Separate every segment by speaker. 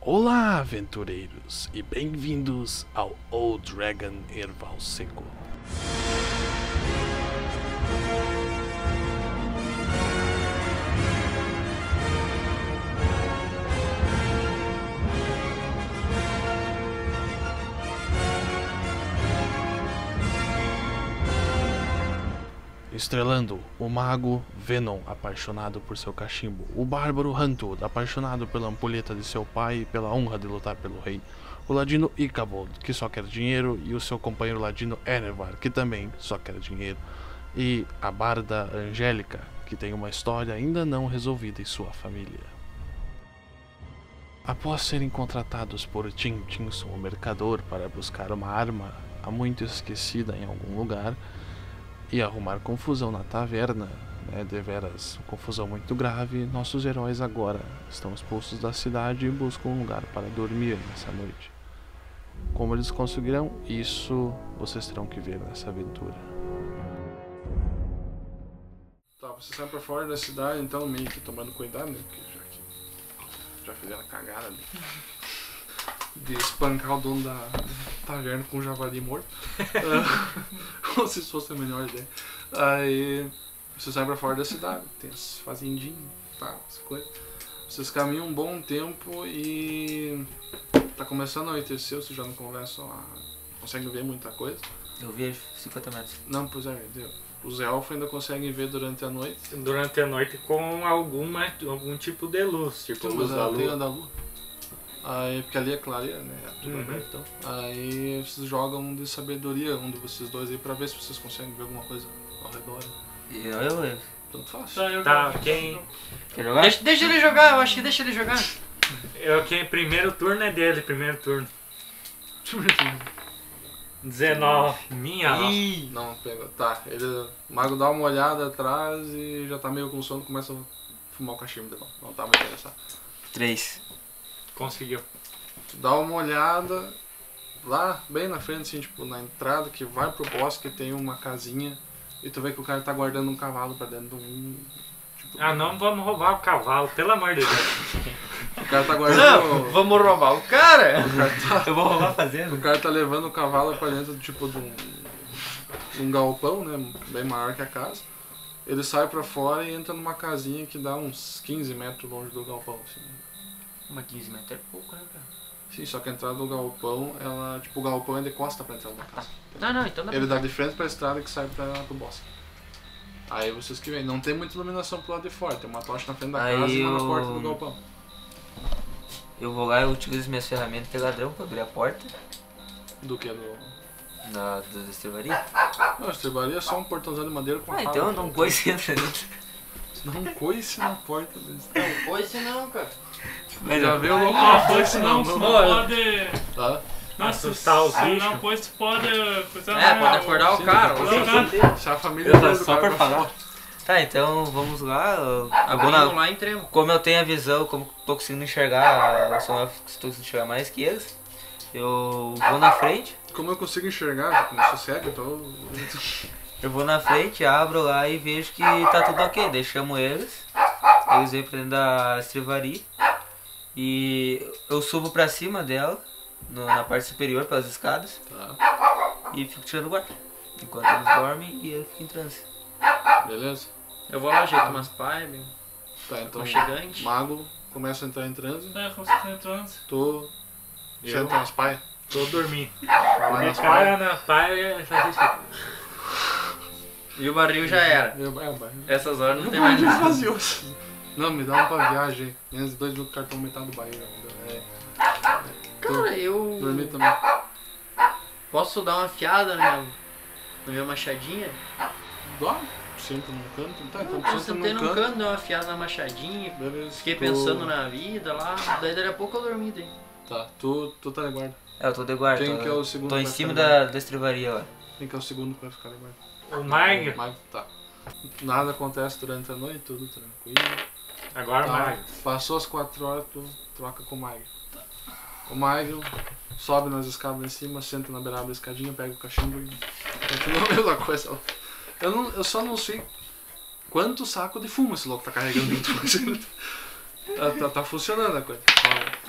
Speaker 1: Olá, aventureiros, e bem-vindos ao Old Dragon Erval Seco. Estrelando o mago Venom, apaixonado por seu cachimbo, o bárbaro Huntud, apaixonado pela ampulheta de seu pai e pela honra de lutar pelo rei, o ladino Ichabod, que só quer dinheiro, e o seu companheiro ladino Enevar, que também só quer dinheiro, e a barda Angélica, que tem uma história ainda não resolvida em sua família. Após serem contratados por Tim Tinson, o mercador, para buscar uma arma há muito esquecida em algum lugar, e arrumar confusão na taverna, né, deveras confusão muito grave, nossos heróis agora estão expulsos da cidade e buscam um lugar para dormir nessa noite. Como eles conseguirão isso, vocês terão que ver nessa aventura.
Speaker 2: Tá, vocês saem pra fora da cidade, então meio que tomando cuidado, né? Porque já que já fizeram a cagada de, de espancar o dono da da taverna com um javali morto. Ah, Como se isso fosse a melhor ideia. Aí vocês saem pra fora da cidade, tem as fazendinhas e tal, as coisas. Vocês caminham um bom tempo e tá começando a anoitecer, vocês já não conversam, a... conseguem ver muita coisa.
Speaker 3: Eu vejo 50 metros.
Speaker 2: Não, pois é, deu. Os elfos ainda conseguem ver durante a noite.
Speaker 4: durante a noite com alguma, algum tipo de luz, tipo
Speaker 2: Tem
Speaker 4: luz da
Speaker 2: lanterna
Speaker 4: lua.
Speaker 2: da lua. Aí, porque ali é clareira, né? É tudo
Speaker 4: Uhum.
Speaker 2: aberto. Então. Aí vocês jogam um de sabedoria, um de vocês dois aí, pra ver se vocês conseguem ver alguma coisa ao redor.
Speaker 3: E Eu, eu, eu.
Speaker 2: Tanto faz.
Speaker 4: Tá, quem,
Speaker 3: Quer jogar? Deixa, deixa ele jogar, eu acho que deixa ele jogar.
Speaker 4: eu, quem primeiro turno é dele, primeiro turno. 19. Minha nossa.
Speaker 3: Ih,
Speaker 2: Não, pega. Tá, ele, o mago dá uma olhada atrás e já tá meio com sono, começa a fumar o cachimbo de novo. Não tá muito interessado.
Speaker 3: três.
Speaker 4: Conseguiu.
Speaker 2: Tu dá uma olhada lá, bem na frente, assim, tipo, na entrada que vai pro bosque, tem uma casinha. E tu vê que o cara tá guardando um cavalo pra dentro de um. Tipo,
Speaker 4: Ah, não vamos roubar o cavalo, pelo amor de Deus.
Speaker 2: O cara tá guardando.
Speaker 3: vamos roubar o cara. Eu vou roubar fazendo.
Speaker 2: O cara tá levando o cavalo pra dentro, tipo, de um, de um galpão, né? Bem maior que a casa. Ele sai pra fora e entra numa casinha que dá uns 15 metros longe do galpão, assim.
Speaker 3: Uma 15 metros é pouco, né, cara?
Speaker 2: Sim, só que a entrada do galpão, ela... Tipo, o galpão é de costa pra entrar na casa.
Speaker 3: Não, não, então dá pra...
Speaker 2: Ele dá de frente pra estrada que sai pra, pro bosque. Aí vocês que veem. Não tem muita iluminação pro lado de fora. Tem uma tocha na frente da
Speaker 3: Aí
Speaker 2: casa e uma na
Speaker 3: eu-
Speaker 2: porta do galpão.
Speaker 3: Eu vou lá, eu utilizo minhas ferramentas de ladrão pra abrir a porta
Speaker 2: Do que? Do...
Speaker 3: da, da estrevaria.
Speaker 2: Não, estribaria é só um portãozão de madeira com a
Speaker 3: Ah, então não coisa assim. entra dentro.
Speaker 2: Não um coice na porta desse.
Speaker 5: Hoje não, cara.
Speaker 3: Mas
Speaker 2: Já
Speaker 3: eu-
Speaker 2: veio logo uma coice,
Speaker 6: Isso não,
Speaker 2: Ah, não.
Speaker 6: se
Speaker 2: não.
Speaker 6: pode.
Speaker 2: Tá?
Speaker 6: Não,
Speaker 4: Assustar os
Speaker 6: se
Speaker 4: bichos.
Speaker 6: Não, pois se pode. pois
Speaker 3: É, pode acordar
Speaker 2: Sim,
Speaker 3: o
Speaker 5: tá.
Speaker 3: cara.
Speaker 2: pode
Speaker 6: Não, não.
Speaker 2: Se a família
Speaker 3: Eu
Speaker 2: do
Speaker 3: só
Speaker 2: cara
Speaker 3: por
Speaker 2: pra
Speaker 3: falar.
Speaker 2: fora.
Speaker 3: Tá, então vamos lá. eu-
Speaker 5: Vamos
Speaker 3: Agora,
Speaker 5: lá, entremos.
Speaker 3: como eu tenho a visão, como tô conseguindo enxergar, eu sou um elfo que estou conseguindo enxergar mais que eles. Eu vou na frente.
Speaker 2: Como eu consigo enxergar, como eu sou cego, então.
Speaker 3: Eu vou na frente, abro lá e vejo que tá tudo ok. Daí chamo eles. Eles vêm pra dentro da estrivaria. E eu subo pra cima dela, no- na parte superior, pelas escadas.
Speaker 2: Tá,
Speaker 3: E fico tirando o guarda. Enquanto eles dormem e eu fico em transe.
Speaker 2: beleza?
Speaker 5: Eu vou lá, ajeito umas pipes,
Speaker 2: Tá, então.
Speaker 5: um gigante.
Speaker 2: Mago começa a entrar em transe.
Speaker 6: É, como se fosse trans.
Speaker 2: Tô.
Speaker 4: Eu?
Speaker 2: Senta nas paias.
Speaker 4: Tô dormindo.
Speaker 2: Vai
Speaker 4: Me
Speaker 2: nas paias.
Speaker 4: cara na paia e faz isso.
Speaker 5: E o barril já era.
Speaker 2: Eu- É, vai.
Speaker 5: Essas horas não tem mais nada.
Speaker 2: Vazio. Não, me dá um pra viagem. aí. Menos de dois minutos, cartão metade do barril. É,
Speaker 5: Cara, eu
Speaker 2: dormir também.
Speaker 5: posso dar uma fiada na minha, na minha machadinha?
Speaker 2: Dorme? Senta num canto. Tá, então
Speaker 5: Eu
Speaker 2: tu senta
Speaker 5: Ah, sentei
Speaker 2: num
Speaker 5: num
Speaker 2: canto.
Speaker 5: canto, dei uma fiada na machadinha.
Speaker 2: Beleza.
Speaker 5: Fiquei
Speaker 2: tu-
Speaker 5: pensando né? na vida lá. Daí daqui a pouco eu dormi daí.
Speaker 2: Tá, tu, tu tá de guarda.
Speaker 3: É, eu tô de guarda.
Speaker 2: Quem que é
Speaker 3: Tô,
Speaker 2: o segundo?
Speaker 3: tô
Speaker 2: que
Speaker 3: em
Speaker 2: vai
Speaker 3: cima
Speaker 2: ficar de guarda?
Speaker 3: da, da estrivaria lá.
Speaker 2: Quem que é o segundo que vai ficar de guarda?
Speaker 4: O Magno.
Speaker 2: Mas tá. Nada acontece durante a noite, tudo tranquilo.
Speaker 4: Agora o
Speaker 2: Tá.
Speaker 4: Magno.
Speaker 2: Passou as 4 horas, tu troca com o Magno. O Magno sobe nas escadas lá em cima, senta na beirada da escadinha, pega o cachimbo e continua a mesma coisa. lá. Eu, não, eu só não sei quanto saco de fumo esse louco tá carregando dentro. tá, tá, tá funcionando a coisa. Ó,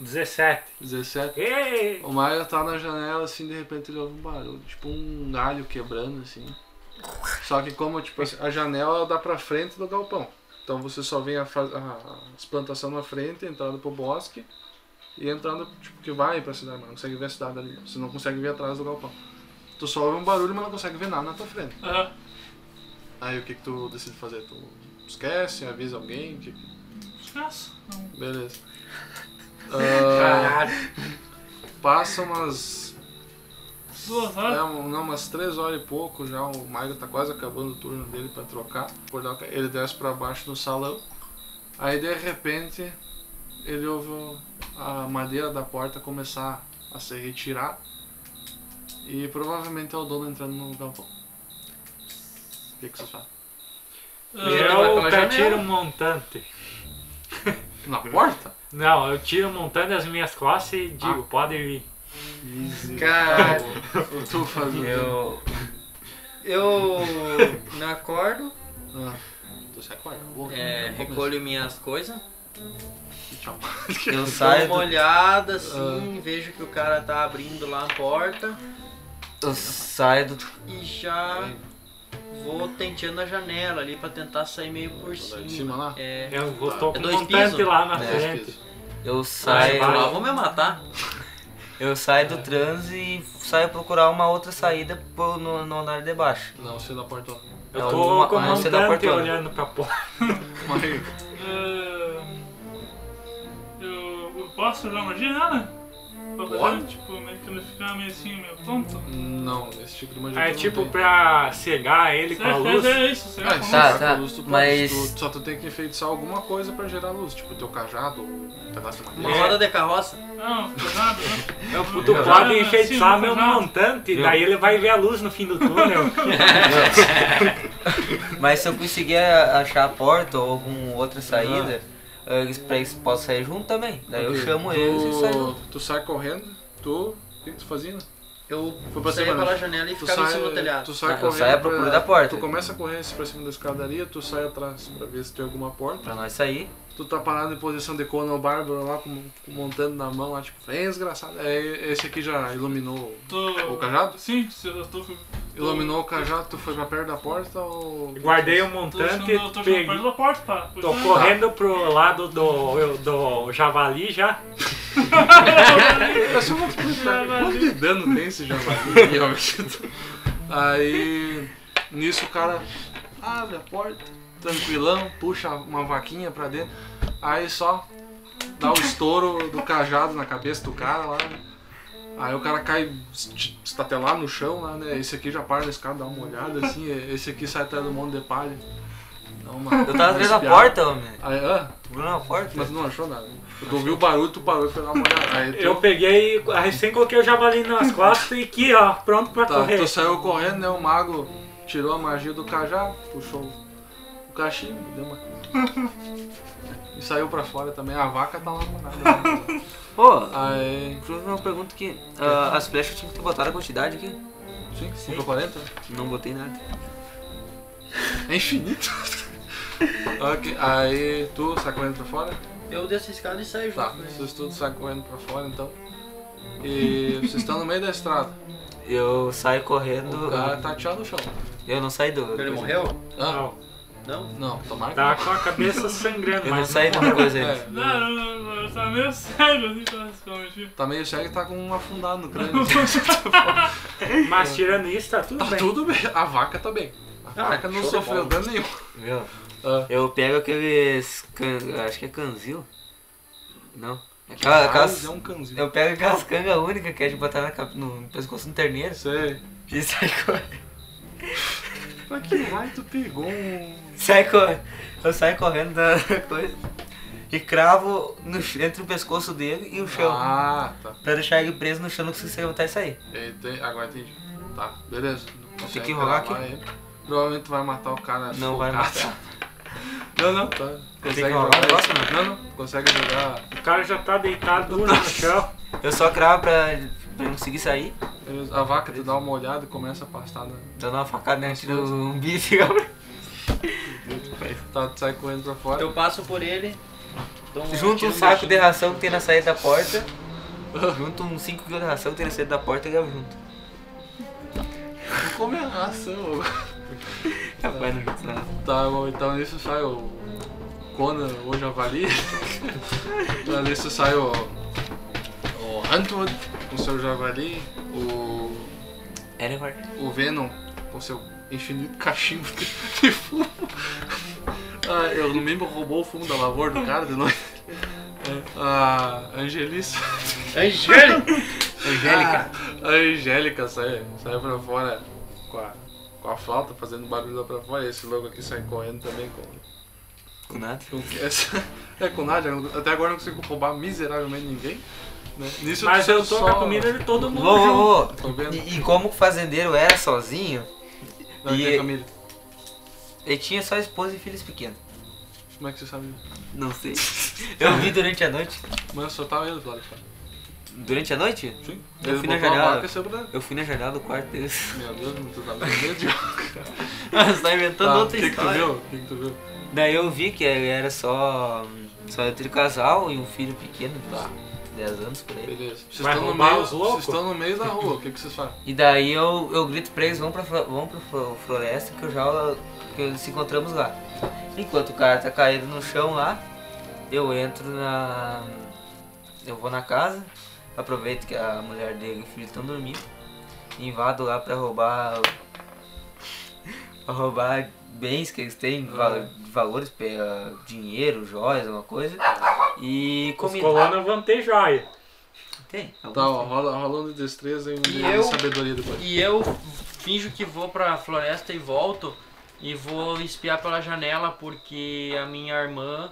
Speaker 4: 17.
Speaker 2: 17.
Speaker 4: Ei!
Speaker 2: O Mario tá na janela, assim, de repente ele ouve um barulho, tipo um galho quebrando, assim. Só que como, tipo, a janela dá pra frente do galpão. Então você só vem a, fa- a- as plantações na frente, entrando pro bosque e entrando, tipo, que vai pra cidade, mas não consegue ver a cidade ali. Você não consegue ver atrás do galpão. Tu só ouve um barulho, mas não consegue ver nada na tua frente.
Speaker 6: Aham.
Speaker 2: Aí o que que tu decide fazer? Tu esquece, avisa alguém? Que...
Speaker 6: Descanso. Não.
Speaker 2: Beleza. Ah, passa umas
Speaker 6: Duas
Speaker 2: É,
Speaker 6: horas.
Speaker 2: um- não, umas três horas e pouco já, o Mario tá quase acabando o turno dele pra trocar. Por lá, Ele desce pra baixo no salão. Aí de repente ele ouve o- a madeira da porta começar a se retirar. E provavelmente é o dono entrando no galpão. O que, que vocês fazem?
Speaker 6: Ah,
Speaker 5: vai
Speaker 4: Eu
Speaker 5: pela janela.
Speaker 4: atiro um montante.
Speaker 2: Na porta?
Speaker 4: Não, eu tiro um montante das minhas costas e digo, pode vir.
Speaker 5: Caralho.
Speaker 2: Eu tô fazendo.
Speaker 3: Eu.
Speaker 5: Eu me acordo,
Speaker 2: Ah, tu se acorda. vou-
Speaker 5: é,
Speaker 2: vou
Speaker 5: recolho minhas coisas,
Speaker 2: começar. Tchau.
Speaker 3: Eu
Speaker 5: dou
Speaker 3: saio.
Speaker 5: uma olhada assim, vejo que o cara tá abrindo lá a porta
Speaker 2: um
Speaker 3: Do, eu saio do.
Speaker 5: e já vou tenteando a janela ali pra tentar sair meio por
Speaker 2: Vou lá
Speaker 5: cima.
Speaker 2: em cima lá?
Speaker 5: É.
Speaker 4: Eu vou tô com
Speaker 5: É
Speaker 4: um
Speaker 5: dois
Speaker 4: montante
Speaker 5: pisos?
Speaker 4: lá na
Speaker 2: Dois
Speaker 4: frente.
Speaker 2: pisos.
Speaker 3: Eu
Speaker 5: Vai,
Speaker 3: saio.
Speaker 5: vai. Lá, vão me matar.
Speaker 3: Eu saio do transe e saio procurar uma outra saída pro- no, no andar de baixo.
Speaker 2: Não, você é da porta.
Speaker 4: Eu
Speaker 3: Não,
Speaker 4: tô
Speaker 3: uma-
Speaker 4: com um
Speaker 3: mas você dá
Speaker 4: montante
Speaker 3: portona.
Speaker 4: olhando pra porta.
Speaker 2: Mario.
Speaker 6: Ah, eu, eu posso jogar magia nela? Pra fazer,
Speaker 2: Pode.
Speaker 6: Tipo, meio que ele ficar meio assim, meio tonto.
Speaker 2: Não, esse tipo de magia.
Speaker 4: É
Speaker 2: tu não
Speaker 4: tipo
Speaker 2: tem.
Speaker 4: pra cegar ele com a
Speaker 6: Será
Speaker 4: luz.
Speaker 6: que é isso? Será
Speaker 2: Ah,
Speaker 6: que
Speaker 2: se
Speaker 3: Tá,
Speaker 2: tá,
Speaker 3: tá,
Speaker 2: luz, tu pode,
Speaker 3: mas-
Speaker 2: tu- só tu tem que enfeitiçar alguma coisa pra gerar luz, tipo teu cajado, um pedaço de
Speaker 5: Uma
Speaker 2: madeira.
Speaker 5: roda de carroça.
Speaker 6: Não, não foi nada. né?
Speaker 4: Eu, tu pode
Speaker 6: Sim,
Speaker 4: enfeitiçar
Speaker 6: não
Speaker 4: meu
Speaker 6: faz nada.
Speaker 4: montante,
Speaker 3: Viu?
Speaker 4: daí ele vai ver a luz no fim do túnel.
Speaker 3: Mas se eu conseguir a- achar a porta ou alguma outra saída, eles, pra eles possam sair junto também. Daí eu
Speaker 2: Ok.
Speaker 3: chamo
Speaker 2: tu,
Speaker 3: eles e saio junto.
Speaker 2: Tu sai correndo, tu. O que que tu fazia?
Speaker 5: Eu
Speaker 2: Foi pra
Speaker 5: saía
Speaker 2: cima,
Speaker 5: pela
Speaker 2: né?
Speaker 5: janela e
Speaker 2: Tu
Speaker 5: ficava em cima do telhado.
Speaker 2: Tu sai
Speaker 3: Ah, eu
Speaker 2: correndo.
Speaker 3: saio à procura da porta.
Speaker 2: Tu começa a correr pra cima da escadaria, tu sai atrás pra ver se tem alguma porta.
Speaker 3: Pra nós sair.
Speaker 2: Tu tá parado em posição de Conan Bárbaro lá, com, com montando na mão lá, tipo, vem desgraçado. É, esse aqui já iluminou
Speaker 6: Tô-
Speaker 2: o cajado?
Speaker 6: Sim, se eu tô com.
Speaker 2: Iluminou o cajado, tu foi pra perto da porta ou.
Speaker 4: Guardei o
Speaker 6: Tô
Speaker 4: montante,
Speaker 6: chegando, tô
Speaker 4: peguei-
Speaker 6: chegando perto da porta, pá.
Speaker 4: tô correndo pro lado do, do javali já.
Speaker 2: É só uma pergunta. Quanto de dano tem esse javali? Realmente. Aí, nisso o cara abre a porta, tranquilão, puxa uma vaquinha pra dentro. Aí só dá o estouro do cajado na cabeça do cara lá. né? Aí o cara cai est- estatelado no chão lá, né? Esse aqui já para nesse cara, dá uma olhada assim. Esse aqui sai atrás do monte de palha. Dá uma-
Speaker 3: Eu tava atrás da
Speaker 2: espiada.
Speaker 3: porta, homem.
Speaker 2: Aí, ah,
Speaker 3: Bruno na porta.
Speaker 2: mas tu não achou nada. Tu ouviu o barulho, tu parou e foi dar uma olhada. Aí tu-
Speaker 4: Eu peguei, recém coloquei o javali nas costas e aqui, ó, pronto pra
Speaker 2: Tá,
Speaker 4: correr.
Speaker 2: tu saiu correndo, né? O mago tirou a magia do cajado, puxou o cachimbo, deu uma. e saiu pra fora também. A vaca tá lá parada. né?
Speaker 3: Pô,
Speaker 2: Aí.
Speaker 3: Bruno, eu pergunto que ah, as flechas tinham que ter botado a quantidade aqui.
Speaker 2: Sim, sim. 40? né?
Speaker 3: Não botei nada.
Speaker 2: É infinito. ok, aí tu sai correndo pra fora?
Speaker 5: Eu desço a escada e saio
Speaker 2: Tá,
Speaker 5: junto. né?
Speaker 2: vocês todos saem correndo pra fora então. E vocês estão no meio da estrada.
Speaker 3: Eu saio correndo.
Speaker 2: O cara tá atirado no chão.
Speaker 3: Eu não saio do.
Speaker 5: Ele morreu?
Speaker 2: Ah,
Speaker 4: Não,
Speaker 5: Não?
Speaker 2: não, tomara que.
Speaker 4: tá com a cabeça sangrando,
Speaker 3: Eu não
Speaker 4: mas
Speaker 3: saio de uma coisa ainda.
Speaker 2: É,
Speaker 6: Não, eu- eu- eu tava meio sério assim, tava se cometido.
Speaker 2: tá meio cego e tá com um afundado no crânio. assim.
Speaker 4: Mas tirando isso, tá tudo
Speaker 2: Tá
Speaker 4: bem.
Speaker 2: tudo bem. A vaca tá bem. A
Speaker 5: Ah,
Speaker 2: vaca não
Speaker 5: show de
Speaker 2: sofreu
Speaker 5: bola.
Speaker 2: dano nenhum.
Speaker 3: Meu,
Speaker 2: Ah.
Speaker 3: eu pego aqueles. can- Acho que é canzil. Não. Aquela- Aquelas,
Speaker 2: Mas é um cãozinho.
Speaker 3: Ah, Eu pego aquelas cangas únicas que é de botar na cap- no pescoço do terneiro
Speaker 2: Sei.
Speaker 3: e sai correndo.
Speaker 2: Pra que raio tu pegou um...
Speaker 3: Sai correndo. Eu saio correndo da coisa e cravo no ch- entre o pescoço dele e o chão.
Speaker 2: Ah, tá.
Speaker 3: Pra deixar ele preso no chão, não consigo se levantar e sair.
Speaker 2: Ente- Agora entendi. Tá, beleza.
Speaker 3: Tem que enrolar
Speaker 2: gravar
Speaker 3: aqui?
Speaker 2: ele. Provavelmente tu vai matar o cara
Speaker 3: Não vai
Speaker 2: sufocado.
Speaker 3: matar.
Speaker 2: Não, não. Tá.
Speaker 3: que
Speaker 2: Consegue
Speaker 3: enrolar o
Speaker 2: jogar
Speaker 3: negócio,
Speaker 2: isso? Não, não. Consegue jogar...
Speaker 4: O cara já tá deitado duro no chão.
Speaker 3: Eu só cravo pra ele pra ele conseguir sair.
Speaker 2: Beleza. A vaca te dá uma olhada e começa a pastar. na-
Speaker 3: Dando uma facada nele, do um bife.
Speaker 2: Tá, tu sai correndo pra fora.
Speaker 5: Eu passo por ele, Dou
Speaker 3: Junta
Speaker 5: tiro
Speaker 3: um
Speaker 5: no
Speaker 3: saco de
Speaker 5: baixinho.
Speaker 3: ração que tem na saída da porta. Junta uns 5 kg de ração que tem na saída da porta e leva junto.
Speaker 2: Não come a ração.
Speaker 3: Capaz não junta nada.
Speaker 2: Tá bom, então nisso sai o Conan, o Javali. Então, nisso sai o, o Huntwood com seu Javali, o,
Speaker 3: Era morto.
Speaker 2: o Venom com seu infinito cachimbo de de fumo. Ah, eu não me lembro, roubou o fumo da lavoura do cara de noite. É, A Angelissa.
Speaker 5: Angélica!
Speaker 2: Angélica. A Angélica sai, sai pra fora com a, com a flauta, fazendo barulho lá pra fora. E esse louco aqui sai correndo também com,
Speaker 3: Ah, Com nada.
Speaker 2: com essa- é, com nada. eu- Até agora eu não consigo roubar miseravelmente ninguém. né? Nisso
Speaker 4: Mas eu tô
Speaker 2: só-
Speaker 4: com a comida de todo
Speaker 3: Ô,
Speaker 4: mundo. junto.
Speaker 3: ô, ô.
Speaker 2: Tô vendo.
Speaker 3: E, e como o fazendeiro era sozinho,
Speaker 2: Não,
Speaker 3: e-
Speaker 2: tem comida.
Speaker 3: ele tinha só esposa e filhos pequenos.
Speaker 2: Como é que você sabe?
Speaker 3: Não sei. Eu vi durante a noite.
Speaker 2: Mas só tava ele do lado de fora.
Speaker 3: Durante a noite?
Speaker 2: Sim.
Speaker 3: Eu
Speaker 2: Ele
Speaker 3: fui na
Speaker 2: botou a
Speaker 3: janela.
Speaker 2: barca e saiu pra dentro.
Speaker 3: Eu fui na janela do quarto deles.
Speaker 2: Meu Deus, não tô dando medo de
Speaker 3: Você tá inventando
Speaker 2: Tá, O
Speaker 3: outra
Speaker 2: que que tu
Speaker 3: história.
Speaker 2: viu? O que que tu viu?
Speaker 3: Daí eu vi que era só. Só entre casal e um filho pequeno, de
Speaker 2: Tá.
Speaker 3: uns 10 anos por aí.
Speaker 2: Beleza. Vocês
Speaker 4: Vai
Speaker 2: estão no
Speaker 4: roubar
Speaker 2: meio,
Speaker 4: os loucos?
Speaker 2: vocês estão no meio da rua. O que que vocês fazem?
Speaker 3: E daí eu, eu grito pra eles, vão pra, flo- vão pra flo- floresta que eu já que nos encontramos lá. Enquanto o cara tá caído no chão lá, eu entro na. Eu vou na casa, aproveito que a mulher dele e o filho estão dormindo, invado lá pra roubar. pra roubar bens que eles têm,
Speaker 4: Hum.
Speaker 3: val- valores, pe- dinheiro, joias, alguma coisa. E
Speaker 4: Os
Speaker 3: comida.
Speaker 4: colonos vão ter joia.
Speaker 3: Tem, alguns
Speaker 2: Tá, ó,
Speaker 3: tem.
Speaker 2: rola, rola um de destreza e um de
Speaker 5: eu-
Speaker 2: sabedoria depois.
Speaker 5: E eu finjo que vou pra floresta e volto. E vou espiar pela janela porque a minha irmã,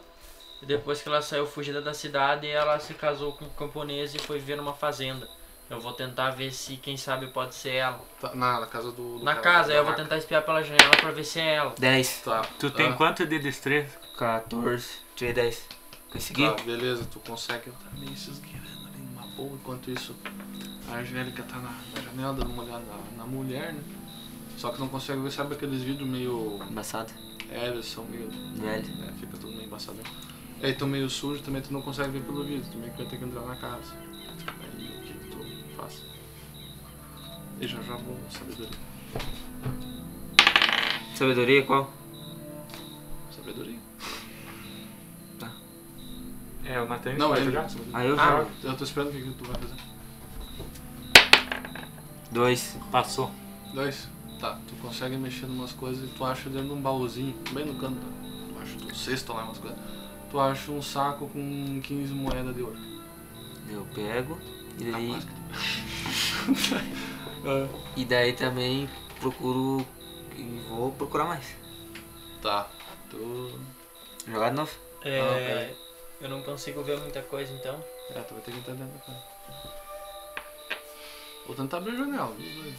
Speaker 5: depois que ela saiu fugida da cidade, ela se casou com um camponês e foi viver numa fazenda. Eu vou tentar ver se, quem sabe, pode ser ela.
Speaker 2: Tá, na, na casa do. do
Speaker 5: Na
Speaker 2: cara,
Speaker 5: casa,
Speaker 2: da
Speaker 5: aí eu vou
Speaker 2: vaca.
Speaker 5: tentar espiar pela janela pra ver se é ela.
Speaker 3: 10,
Speaker 2: Tá.
Speaker 4: Tu
Speaker 2: tá,
Speaker 4: tem quanto de destreza?
Speaker 3: 14, tirei 10. Consegui?
Speaker 2: Tá, beleza, tu consegue entrar meio se esgueirando ali numa boa. Enquanto isso, a Angélica tá na, na janela dando uma olhada na, na mulher, né? Só que não consegue ver, sabe aqueles vidros meio.
Speaker 3: Embaçado,
Speaker 2: É, eles são meio.
Speaker 3: velho.
Speaker 2: Né, fica tudo meio embaçado. E aí, tão meio sujo também, tu não consegue ver pelo vidro, tu meio que vai ter que entrar na casa. Aí, o que que tu faz? E já já vou sabedoria.
Speaker 3: Sabedoria qual?
Speaker 2: Sabedoria?
Speaker 4: É, o Natan
Speaker 2: Não,
Speaker 4: vai
Speaker 2: ele.
Speaker 4: jogar.
Speaker 2: sabedoria.
Speaker 3: Aí eu
Speaker 2: Ah,
Speaker 3: jogo.
Speaker 2: eu tô esperando o que que tu vai fazer.
Speaker 3: Dois.
Speaker 4: Passou.
Speaker 2: Dois. Tá, tu consegue mexer em umas coisas e tu acha dentro de um baúzinho, bem no canto, tá? tu acha do cesto lá umas coisas, tu acha um saco com 15 moedas de ouro.
Speaker 3: Eu pego. E
Speaker 2: Tá
Speaker 3: daí,
Speaker 2: quase. É.
Speaker 3: e daí também procuro. E vou procurar mais.
Speaker 2: Tá, tu...
Speaker 3: Jogar de novo.
Speaker 5: É,
Speaker 2: Ah,
Speaker 5: eu não consigo ver muita coisa então.
Speaker 2: É, tu vai ter que entrar dentro da casa. Vou tentar abrir a janela, dos dois.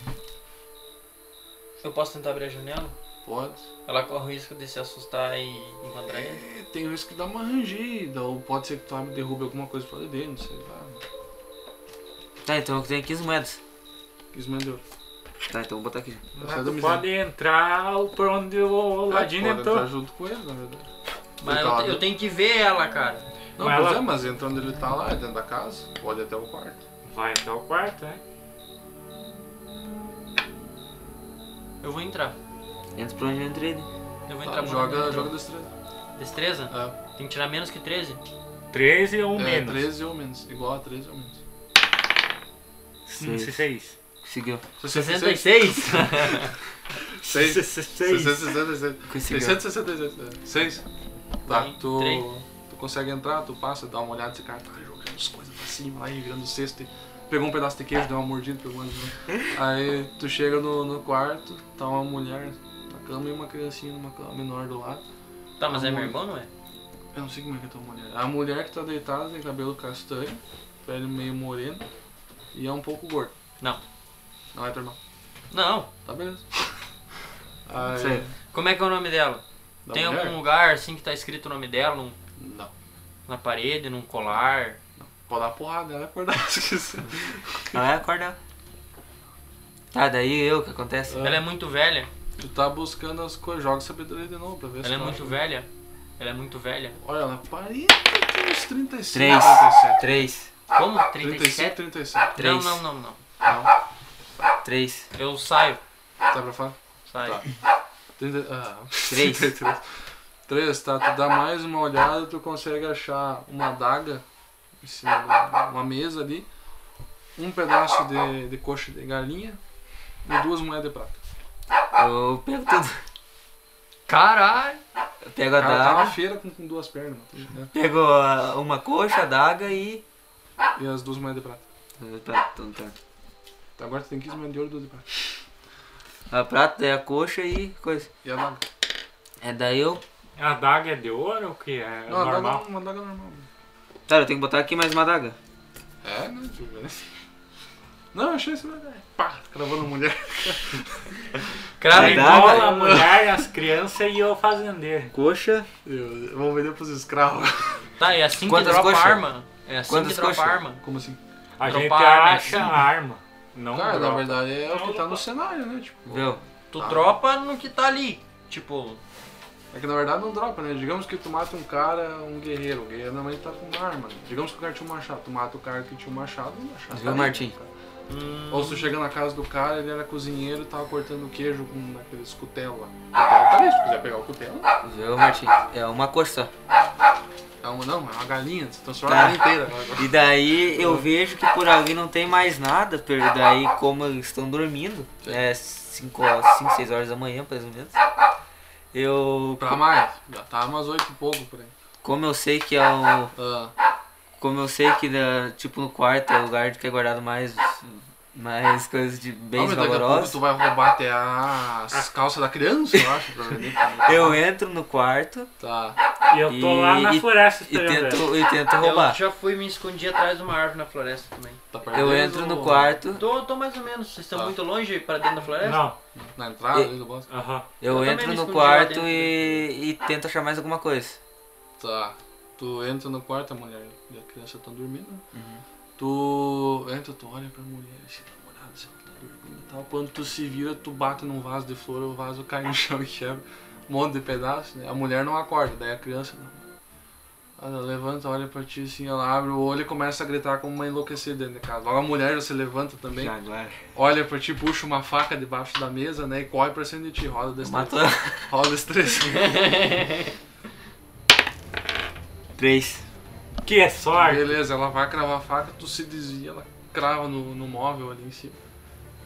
Speaker 5: Eu posso tentar abrir a janela?
Speaker 2: pode.
Speaker 5: Ela corre o risco de se assustar e encontrar ele.
Speaker 2: É, tem risco que dá uma rangida, ou pode ser que tu abre e derrube alguma coisa pra dentro, não sei lá.
Speaker 3: Tá, então eu tenho 15 moedas.
Speaker 2: 15 moedas de ouro.
Speaker 3: Tá, então eu vou botar aqui.
Speaker 2: Essa é
Speaker 4: Mas
Speaker 2: da
Speaker 4: tu
Speaker 2: miséria. É,
Speaker 4: pode entrar por onde o Ladino
Speaker 2: pode entrar
Speaker 4: entrou.
Speaker 2: junto com ele, na verdade.
Speaker 5: então. Mas
Speaker 2: Então,
Speaker 5: eu, eu tenho que ver ela, cara.
Speaker 2: Não,
Speaker 4: Mas
Speaker 2: pois
Speaker 4: ela-
Speaker 2: é, mas entrando ele tá lá, dentro da casa, pode ir até o quarto.
Speaker 4: Vai até o quarto, né?
Speaker 5: Eu vou entrar.
Speaker 3: Entra pra onde eu entrei. né?
Speaker 5: Eu vou
Speaker 2: Tá,
Speaker 4: então,
Speaker 5: entrar por
Speaker 2: joga,
Speaker 5: dentro.
Speaker 2: joga destreza.
Speaker 5: Destreza?
Speaker 2: É,
Speaker 5: Tem que tirar menos que 13?
Speaker 4: 13 ou
Speaker 2: é,
Speaker 4: um menos.
Speaker 2: 13 ou menos. Igual a 13 ou menos.
Speaker 4: Sim,
Speaker 3: Seis.
Speaker 4: 6.
Speaker 3: Conseguiu.
Speaker 5: 66?
Speaker 2: 6.
Speaker 4: 6.
Speaker 2: 666.
Speaker 3: Conseguiu.
Speaker 2: 666. 6. é. Tá,
Speaker 5: Bem,
Speaker 2: tu,
Speaker 5: três.
Speaker 2: tu consegue entrar, tu passa, dá uma olhada, esse cara tá jogando as coisas pra cima, lá, e virando cesto. e Pegou um pedaço de queijo, deu uma mordida, pegou uma... Aí tu chega no, no quarto, tá uma mulher na cama e uma criancinha numa cama menor do lado.
Speaker 5: Tá, mas é
Speaker 2: Amor.
Speaker 5: meu irmão, não é?
Speaker 2: Eu não sei como é que é a tua mulher. A mulher que tá deitada tem cabelo castanho, pele meio moreno e é um pouco gordo.
Speaker 5: Não.
Speaker 2: Não é teu irmão.
Speaker 5: Não.
Speaker 2: Tá beleza. Aí,
Speaker 3: Sei.
Speaker 5: Como é que é o nome dela?
Speaker 2: da
Speaker 5: Tem
Speaker 2: mulher?
Speaker 5: algum lugar assim que tá escrito o nome dela? num-
Speaker 2: Não.
Speaker 5: na parede, num colar?
Speaker 2: Pode dar porrada, ela é acordar se quiser.
Speaker 3: Ela vai acordar. Tá, daí eu, o que acontece?
Speaker 2: Ah.
Speaker 5: Ela é muito velha.
Speaker 2: Tu tá buscando as coisas, joga sabedoria de novo pra ver se
Speaker 5: Ela é
Speaker 2: tu
Speaker 5: muito
Speaker 2: acha.
Speaker 5: velha. Ela é muito velha.
Speaker 2: Olha, ela aparenta ter uns 35,
Speaker 3: Três.
Speaker 2: 37.
Speaker 3: Três.
Speaker 2: Ah,
Speaker 5: Como?
Speaker 2: 35,
Speaker 5: 37?
Speaker 2: 37.
Speaker 5: Não,
Speaker 3: Três.
Speaker 5: não, não, não.
Speaker 2: Não,
Speaker 3: Três.
Speaker 5: Eu saio.
Speaker 2: dá pra falar?
Speaker 5: Saio.
Speaker 2: Tá. 30, ah,
Speaker 3: Três.
Speaker 2: 33. 3, tá? Tu dá mais uma olhada, tu consegue achar uma adaga em cima de uma mesa ali, um pedaço de, de coxa de galinha e duas moedas de prata.
Speaker 3: Eu pego tudo.
Speaker 5: Caralho!
Speaker 3: Eu pego a
Speaker 2: Cara, tá na
Speaker 3: daga,
Speaker 2: feira com, com duas pernas, mano, né?
Speaker 3: pego a- uma coxa, a daga e.
Speaker 2: E as duas moedas de prata.
Speaker 3: Tá, então tá.
Speaker 2: Então Agora tu tem 15 moedas de ouro e duas de prata.
Speaker 3: A prata é a coxa e coisa.
Speaker 2: E a adaga?
Speaker 3: É daí eu.
Speaker 4: A daga é de ouro ou que é
Speaker 2: Não, a adaga
Speaker 4: normal?
Speaker 2: é uma adaga normal. mano.
Speaker 3: Cara, eu tenho que botar aqui mais uma daga.
Speaker 2: É, né? Tipo, né? Não, eu achei isso, né? Pá, cravando a mulher.
Speaker 4: Cara,
Speaker 3: A
Speaker 5: é
Speaker 4: igual
Speaker 3: daga-
Speaker 4: a mulher, as crianças e o fazendeiro.
Speaker 3: Coxa.
Speaker 2: Eu, vou vender pros escravos.
Speaker 5: Tá, é assim
Speaker 3: Quantas
Speaker 5: que dropa
Speaker 3: coxas?
Speaker 5: arma. É assim
Speaker 3: Quantas
Speaker 5: que dropa
Speaker 3: coxas?
Speaker 5: arma.
Speaker 2: Como assim?
Speaker 4: A
Speaker 5: Dropar
Speaker 4: gente
Speaker 5: arma em
Speaker 4: acha a
Speaker 5: cima.
Speaker 4: arma. Não
Speaker 2: Cara, na
Speaker 4: dropa.
Speaker 2: verdade é o que tá no
Speaker 6: Não.
Speaker 2: cenário, né? Tipo,
Speaker 3: Viu?
Speaker 5: Tu
Speaker 2: Tá.
Speaker 5: dropa no que tá ali. Tipo,
Speaker 2: É que na verdade não dropa, né? Digamos que tu mata um cara, um guerreiro. O guerreiro normalmente tá com uma arma. Né? Digamos que o cara tinha um machado. Tu mata o cara que tinha um machado, o machado.
Speaker 3: Viu,
Speaker 2: tá ali,
Speaker 3: Martim?
Speaker 2: né, cara? Ou se tu chega na casa do cara, ele era cozinheiro e tava cortando queijo com aqueles cutelo lá. Cutelo tá ali, se tu quiser pegar o cutelo.
Speaker 3: Viu, Martim? É uma coxa só.
Speaker 2: É uma, não, é uma galinha, se transforma
Speaker 3: Tá.
Speaker 2: a galinha inteira. agora.
Speaker 3: E daí eu vejo que por ali não tem mais nada, per- daí como eles estão dormindo, é 5, 6 horas da manhã, mais ou menos. Eu,
Speaker 2: Pra mais, já tá umas oito e pouco por aí.
Speaker 3: como eu sei que é o,
Speaker 2: Ah,
Speaker 3: como eu sei que da- tipo no quarto é o lugar que é guardado mais mais coisas de
Speaker 2: ah,
Speaker 3: bens
Speaker 2: mas daqui a pouco
Speaker 3: valorosos.
Speaker 2: tu vai roubar até as calças da criança, eu acho, pra vender.
Speaker 3: Eu entro no quarto
Speaker 2: Tá.
Speaker 4: E eu tô lá na
Speaker 3: E-
Speaker 4: floresta
Speaker 3: e
Speaker 4: esperando ela.
Speaker 3: tento e tento
Speaker 5: Tá, eu
Speaker 3: roubar.
Speaker 5: já fui me escondi atrás de uma árvore na floresta também.
Speaker 2: Tá
Speaker 3: Eu
Speaker 2: perdendo
Speaker 3: entro no
Speaker 2: o-
Speaker 3: quarto,
Speaker 5: Tô, tô mais ou menos. Vocês estão
Speaker 2: Hum. Tá.
Speaker 5: muito longe pra dentro da floresta?
Speaker 4: Não,
Speaker 2: Na entrada
Speaker 3: E-
Speaker 2: ali do bosque.
Speaker 4: aham.
Speaker 5: Eu
Speaker 3: eu
Speaker 5: também
Speaker 3: entro
Speaker 5: me
Speaker 3: no
Speaker 5: escondi lá
Speaker 3: quarto
Speaker 5: dentro. né?
Speaker 3: e, e tento achar mais alguma coisa.
Speaker 2: Tá. Tu entra no quarto, a mulher e a criança estão dormindo. né?
Speaker 3: Uhum.
Speaker 2: Tu entra, tu olha pra mulher, assim, namorada, se ela tá dormindo e tal. Quando tu se vira, tu bate num vaso de flor, o vaso cai no chão e quebra. Um monte de pedaço, né? A mulher não acorda, daí a criança não. Ela levanta, olha pra ti assim, ela abre o olho e começa a gritar como uma enlouquecida dentro de casa. Logo a mulher já se levanta também,
Speaker 3: Já agora.
Speaker 5: é.
Speaker 2: olha pra ti, puxa uma faca debaixo da mesa, né? E corre pra cima de ti, roda
Speaker 3: Matou
Speaker 2: destreza. Roda destreza.
Speaker 3: três.
Speaker 4: Que sorte.
Speaker 2: Beleza, ela vai cravar a faca, tu se desvia, ela crava no, no móvel ali em cima.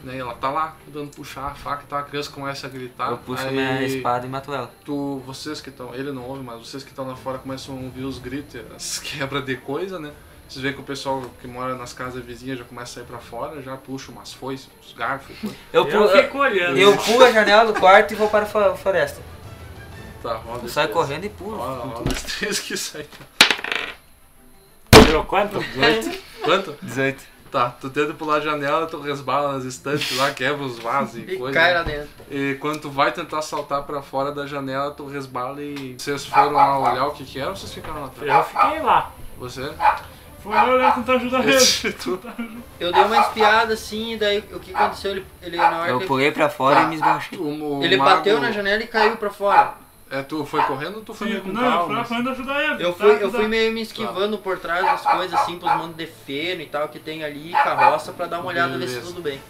Speaker 2: Né? E ela tá lá, tentando puxar a faca e tal, a criança começa a
Speaker 5: Tá,
Speaker 2: gritar.
Speaker 3: Eu puxo
Speaker 2: aí
Speaker 3: minha espada e mato ela.
Speaker 2: Tu, vocês que estão, ele não ouve, mas vocês que estão lá fora começam a ouvir os gritos, e as quebras de coisa, né? Vocês veem que o pessoal que mora nas casas vizinhas já começa a sair pra fora, já puxa umas foices, uns garfos. e coisa.
Speaker 3: Eu,
Speaker 4: Eu,
Speaker 3: pulo, eu,
Speaker 4: fico olhando.
Speaker 3: eu pulo a janela do quarto e vou para a fo- floresta.
Speaker 2: Tá, roda
Speaker 3: Eu saio
Speaker 2: destreza.
Speaker 3: correndo e pulo.
Speaker 2: Roda, roda destreza que sai.
Speaker 4: Tirou quanto?
Speaker 2: Quanto?
Speaker 3: 18.
Speaker 2: Tá, tu tenta pular a janela, tu resbala nas estantes lá, quebra os vasos e,
Speaker 5: E
Speaker 2: coisa.
Speaker 5: cai
Speaker 2: né?
Speaker 5: lá dentro.
Speaker 2: E quando tu vai tentar saltar pra fora da janela, tu resbala e vocês foram lá olhar o que que era ou vocês ficaram lá atrás?
Speaker 4: Eu fiquei lá.
Speaker 2: Você?
Speaker 6: Foi lá olhar tentar ajudar ele.
Speaker 2: tu?
Speaker 5: Eu dei uma espiada assim, e daí o que aconteceu? Ele, ele na hora
Speaker 3: Eu
Speaker 5: que ele-
Speaker 3: pulei pra fora
Speaker 5: Tá.
Speaker 3: e me esbarrei.
Speaker 2: O, o
Speaker 5: ele
Speaker 2: um mago-
Speaker 5: bateu na janela e caiu pra fora.
Speaker 2: É, tu foi correndo ou tu foi meio
Speaker 6: Sim,
Speaker 2: com
Speaker 6: não, foi
Speaker 2: calma? assim.
Speaker 6: lá correndo ajudar ele.
Speaker 5: Eu
Speaker 6: tá,
Speaker 5: fui, eu
Speaker 6: tá.
Speaker 5: fui meio me esquivando por trás das coisas assim, pros mandos de feno e tal que tem ali, carroça, pra dar uma olhada ver se
Speaker 2: Beleza.
Speaker 5: tudo bem.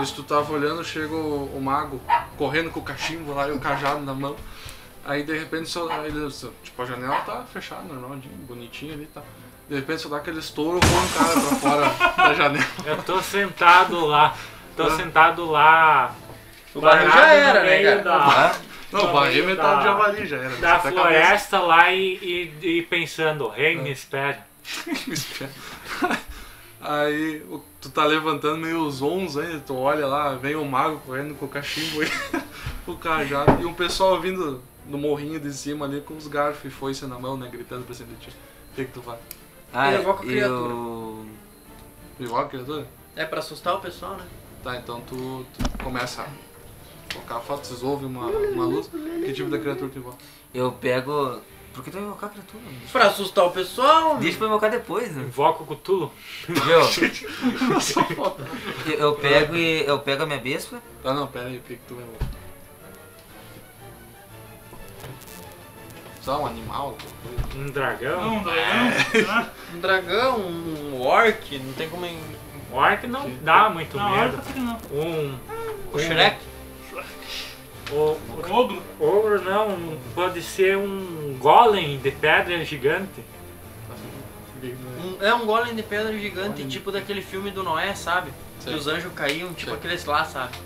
Speaker 2: Isso tu tava olhando, chega o, o mago correndo com o cachimbo lá e o cajado na mão. Aí de repente só, aí ele- só- tipo, a janela tá fechada, normalzinho, bonitinha ali, tá? De repente só dá aquele estouro, voa um cara pra fora da janela.
Speaker 4: Eu tô sentado lá. Tô
Speaker 2: Ah.
Speaker 4: sentado lá.
Speaker 5: O barril já
Speaker 4: parado no
Speaker 5: era, né,
Speaker 4: meio
Speaker 5: cara?
Speaker 4: Da,
Speaker 2: Não,
Speaker 4: No
Speaker 2: varri
Speaker 4: meio
Speaker 2: metade
Speaker 4: da-
Speaker 2: de avaria já era.
Speaker 4: da
Speaker 2: até a cabeça.
Speaker 4: floresta lá e, e, e pensando, rei, me espera.
Speaker 2: Me espera. Aí o- tu tá levantando meio zonzo ainda, tu olha lá, vem o mago correndo com o cachimbo e o cajado. E um pessoal vindo do morrinho de cima ali com os garfos e foice na mão, né? Gritando pra cima de ti. O que, que tu faz?
Speaker 3: Ah,
Speaker 5: Eu invoco a criatura.
Speaker 3: eu.
Speaker 2: Igual a criatura?
Speaker 5: É pra assustar o pessoal, né?
Speaker 2: Tá, então tu, tu começa a colocar a foto, vocês ouvem uma, uma luz. Que tipo de criatura que invoca?
Speaker 3: Eu pego. Por que tu vai invocar a criatura? mano?
Speaker 5: Pra assustar o pessoal.
Speaker 3: Deixa pra invocar depois, né?
Speaker 4: Invoca o Cthulhu.
Speaker 3: Viu? Eu- Eu pego e. Eu pego a minha bespa.
Speaker 2: Tá, não, pera aí, o que, que tu vai invocar? monstro, um animal, alguma coisa.
Speaker 4: Um dragão?
Speaker 6: Não, um dragão, será?
Speaker 5: Um dragão, um orc, não tem como. en-
Speaker 4: Um orc não dá
Speaker 2: é
Speaker 4: muito
Speaker 6: Na
Speaker 4: medo.
Speaker 6: horta até que não.
Speaker 4: Um.
Speaker 5: O Shrek.
Speaker 4: O,
Speaker 6: O ogro?
Speaker 4: ogro não, pode ser um golem de pedra gigante.
Speaker 5: Um- é um golem de pedra gigante, tipo daquele filme do Noé, sabe? Que os anjos caíam, tipo
Speaker 2: Sim.
Speaker 5: aqueles lá, sabe?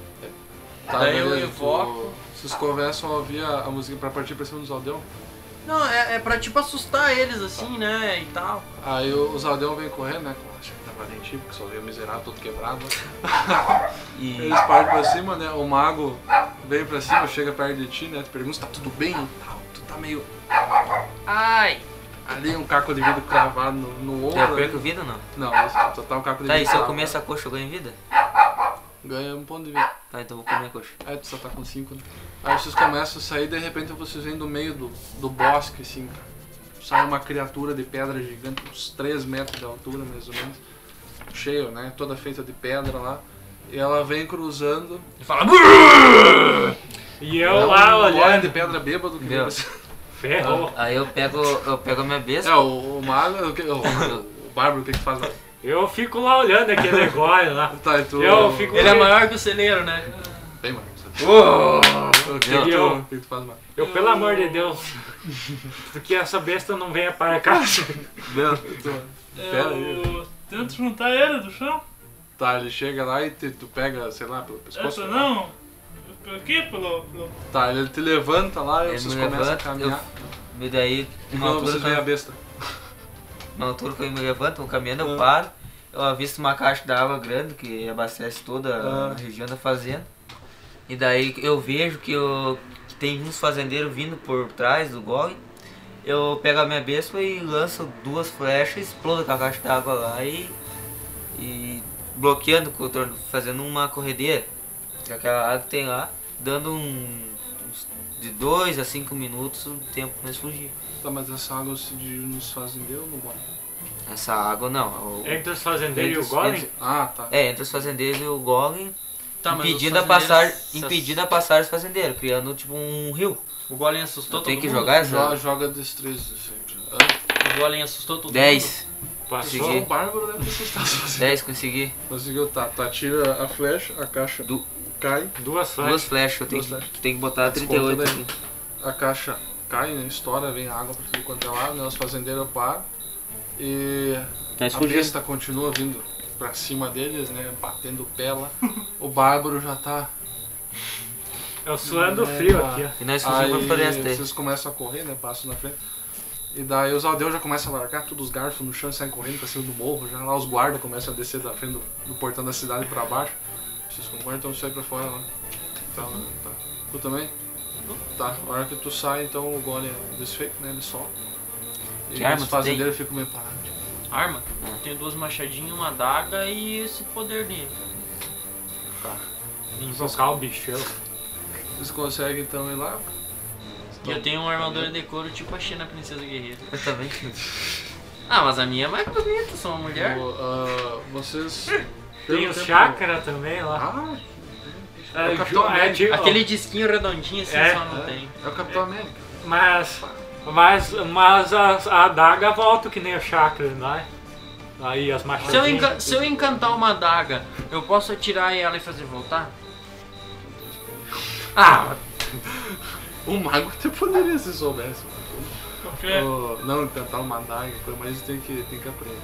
Speaker 2: Tá,
Speaker 5: Daí eu
Speaker 2: beleza, tu-
Speaker 5: evoco.
Speaker 2: Vocês começam a ouvir a, a música pra partir pra cima dos aldeão.
Speaker 5: Não, é, é pra tipo assustar eles assim, né? E tal.
Speaker 2: Aí o- os aldeão vêm correndo, né? Com a chata valentia, porque só veio miserável, todo quebrado.
Speaker 3: E
Speaker 2: Eles partem pra cima, né? O mago vem pra cima, chega perto de ti, né? Tu pergunta se tá tudo bem e tal. Tu tá meio
Speaker 5: Ai!
Speaker 2: ali, um caco de vidro cravado no, no
Speaker 3: eu
Speaker 2: ombro.
Speaker 3: perco
Speaker 2: né?
Speaker 3: vida ou não?
Speaker 2: Não, mas só tá um caco de
Speaker 3: Tá, e se
Speaker 2: vidro.
Speaker 3: eu
Speaker 2: cravado.
Speaker 3: comer essa coxa eu ganho vida?
Speaker 2: Ganha um ponto de vida.
Speaker 3: Tá, então eu vou comer a coxa.
Speaker 2: Aí tu só tá com 5, né? Aí vocês começam a sair de repente vocês vêm do meio do, do bosque, assim, cara. Sai uma criatura de pedra gigante, uns 3 metros de altura, mais ou menos. Cheio, né? Toda feita de pedra lá. E ela vem cruzando.
Speaker 5: E fala.
Speaker 4: E
Speaker 2: É
Speaker 4: eu
Speaker 2: um
Speaker 4: lá
Speaker 2: olhar de
Speaker 4: olhando.
Speaker 2: pedra bêbado que
Speaker 3: Meu.
Speaker 2: você.
Speaker 4: Ferrou.
Speaker 3: Aí eu pego, eu pego a minha besta.
Speaker 2: É, o, o mago. O, que- o, o bárbaro, o que que faz lá?
Speaker 4: Eu fico lá olhando aquele golem lá.
Speaker 2: Tá, e tu.
Speaker 4: Eu fico-
Speaker 5: Ele é maior que o celeiro, né?
Speaker 2: Bem, mano. O que, que, tu,
Speaker 4: Eu-
Speaker 2: o que que tu faz, mano?
Speaker 4: Eu, pelo amor de Deus, porque essa besta não venha para cá.
Speaker 2: Pera aí.
Speaker 6: Eu tento É juntar ele do chão.
Speaker 2: Tá, ele chega lá e te- tu pega, sei lá, pelo pescoço.
Speaker 6: Essa
Speaker 2: né?
Speaker 6: não. Eu- por Aqui, pelo... pelo...
Speaker 2: Tá, ele te levanta lá e
Speaker 3: Ele
Speaker 2: vocês
Speaker 3: me
Speaker 2: começam
Speaker 3: levanta,
Speaker 2: a caminhar.
Speaker 3: E daí,
Speaker 2: E
Speaker 3: uma
Speaker 2: quando vocês
Speaker 3: altura, que
Speaker 2: veem a
Speaker 3: eu-
Speaker 2: besta.
Speaker 3: uma altura que eu me levanto, vou caminhando, eu paro. Eu avisto uma caixa d'água grande que abastece toda
Speaker 2: Ah.
Speaker 3: a região da fazenda. E daí eu vejo que, eu, que tem uns fazendeiros vindo por trás do golem. Eu pego a minha besta e lanço duas flechas, explodo com a caixa d'água lá e. e bloqueando, com o torno- fazendo uma corredeira. com Aquela água que tem lá, dando um, uns de 2 a 5 minutos o tempo pra eles fugir.
Speaker 2: Tá, mas essa água se diz nos fazendeiros ou no bora?
Speaker 3: Essa água não. o-
Speaker 4: Entre os fazendeiros e o
Speaker 3: Entre-
Speaker 4: golem,
Speaker 3: entre-
Speaker 2: Ah, tá.
Speaker 3: é, entre os fazendeiros e o golem,
Speaker 5: Tá, mas
Speaker 3: impedindo,
Speaker 5: os
Speaker 3: a passar,
Speaker 5: fazendeiros-
Speaker 3: impedindo a passar os fazendeiros, criando tipo um rio.
Speaker 5: O Golem assustou
Speaker 3: Tem
Speaker 5: todo
Speaker 3: que
Speaker 5: mundo.
Speaker 3: jogar
Speaker 2: Joga,
Speaker 3: essa?
Speaker 2: joga destreza sempre. Ah,
Speaker 5: O Golem assustou todo mundo.
Speaker 3: 10,
Speaker 2: só
Speaker 4: passou.
Speaker 3: Consegui.
Speaker 2: o bárbaro deve assustar se você.
Speaker 3: 10 consegui.
Speaker 2: Conseguiu, tá. Tu atira a flecha, a caixa
Speaker 3: Du-
Speaker 2: cai,
Speaker 3: Duas
Speaker 4: Duas flechas.
Speaker 3: flechas, eu tenho,
Speaker 2: Duas
Speaker 3: que, tenho que botar
Speaker 2: Desconta
Speaker 3: 38
Speaker 2: daí.
Speaker 3: aqui.
Speaker 2: a caixa cai, né? Estoura, vem água pra tudo quanto é lado, né? Os fazendeiros param. E
Speaker 3: Tá
Speaker 2: a besta continua vindo pra cima deles, né? Batendo pé lá. O bárbaro já tá
Speaker 4: Eu suando frio aqui, ó.
Speaker 3: E nós fugimos pra floresta
Speaker 2: Aí
Speaker 3: daí.
Speaker 2: vocês começam a correr, né? Passam na frente. E daí os aldeões já começam a largar todos os garfos no chão e saem correndo pra cima do morro. Já lá os guardas começam a descer da frente do, do portão da cidade pra baixo. Vocês concordam? Então sai pra fora lá. Então, tá. Tu também? Tá. A hora que tu sai, então o golem é desfeito, né? Ele solta. E
Speaker 3: Que arma
Speaker 2: os
Speaker 3: tu
Speaker 2: fazendeiros ficam meio parados.
Speaker 5: Arma. Tem duas machadinhas, uma adaga e esse poder Tá. de
Speaker 4: Invocar o bichão.
Speaker 2: Vocês conseguem então ir lá?
Speaker 5: E eu tenho uma armadura de couro tipo a China Princesa Guerreira.
Speaker 3: Eu
Speaker 2: tá
Speaker 3: também.
Speaker 5: Ah, mas a minha é mais bonita, sou uma mulher.
Speaker 2: O, ah, vocês.
Speaker 4: Tem
Speaker 2: pelo
Speaker 4: o
Speaker 2: um tempo-
Speaker 4: chácara também lá.
Speaker 2: Ah,
Speaker 4: É,
Speaker 2: o Capitão
Speaker 4: Ju- é,
Speaker 2: América.
Speaker 4: tipo,
Speaker 5: Aquele disquinho redondinho assim
Speaker 4: É,
Speaker 5: só não
Speaker 2: é.
Speaker 5: tem.
Speaker 2: é o Capitão América.
Speaker 4: Mas, mas, mas a, a adaga volta que nem o chácara, né? Aí as
Speaker 2: Ah,
Speaker 5: Se eu,
Speaker 4: machadinhas.
Speaker 5: enca- se eu encantar uma adaga, eu posso atirar ela e fazer voltar? Ah,
Speaker 2: O mago até poderia se soubesse.
Speaker 6: Porque
Speaker 2: Oh, não, cantar uma adaga, coisa, mas tem que, tem que aprender.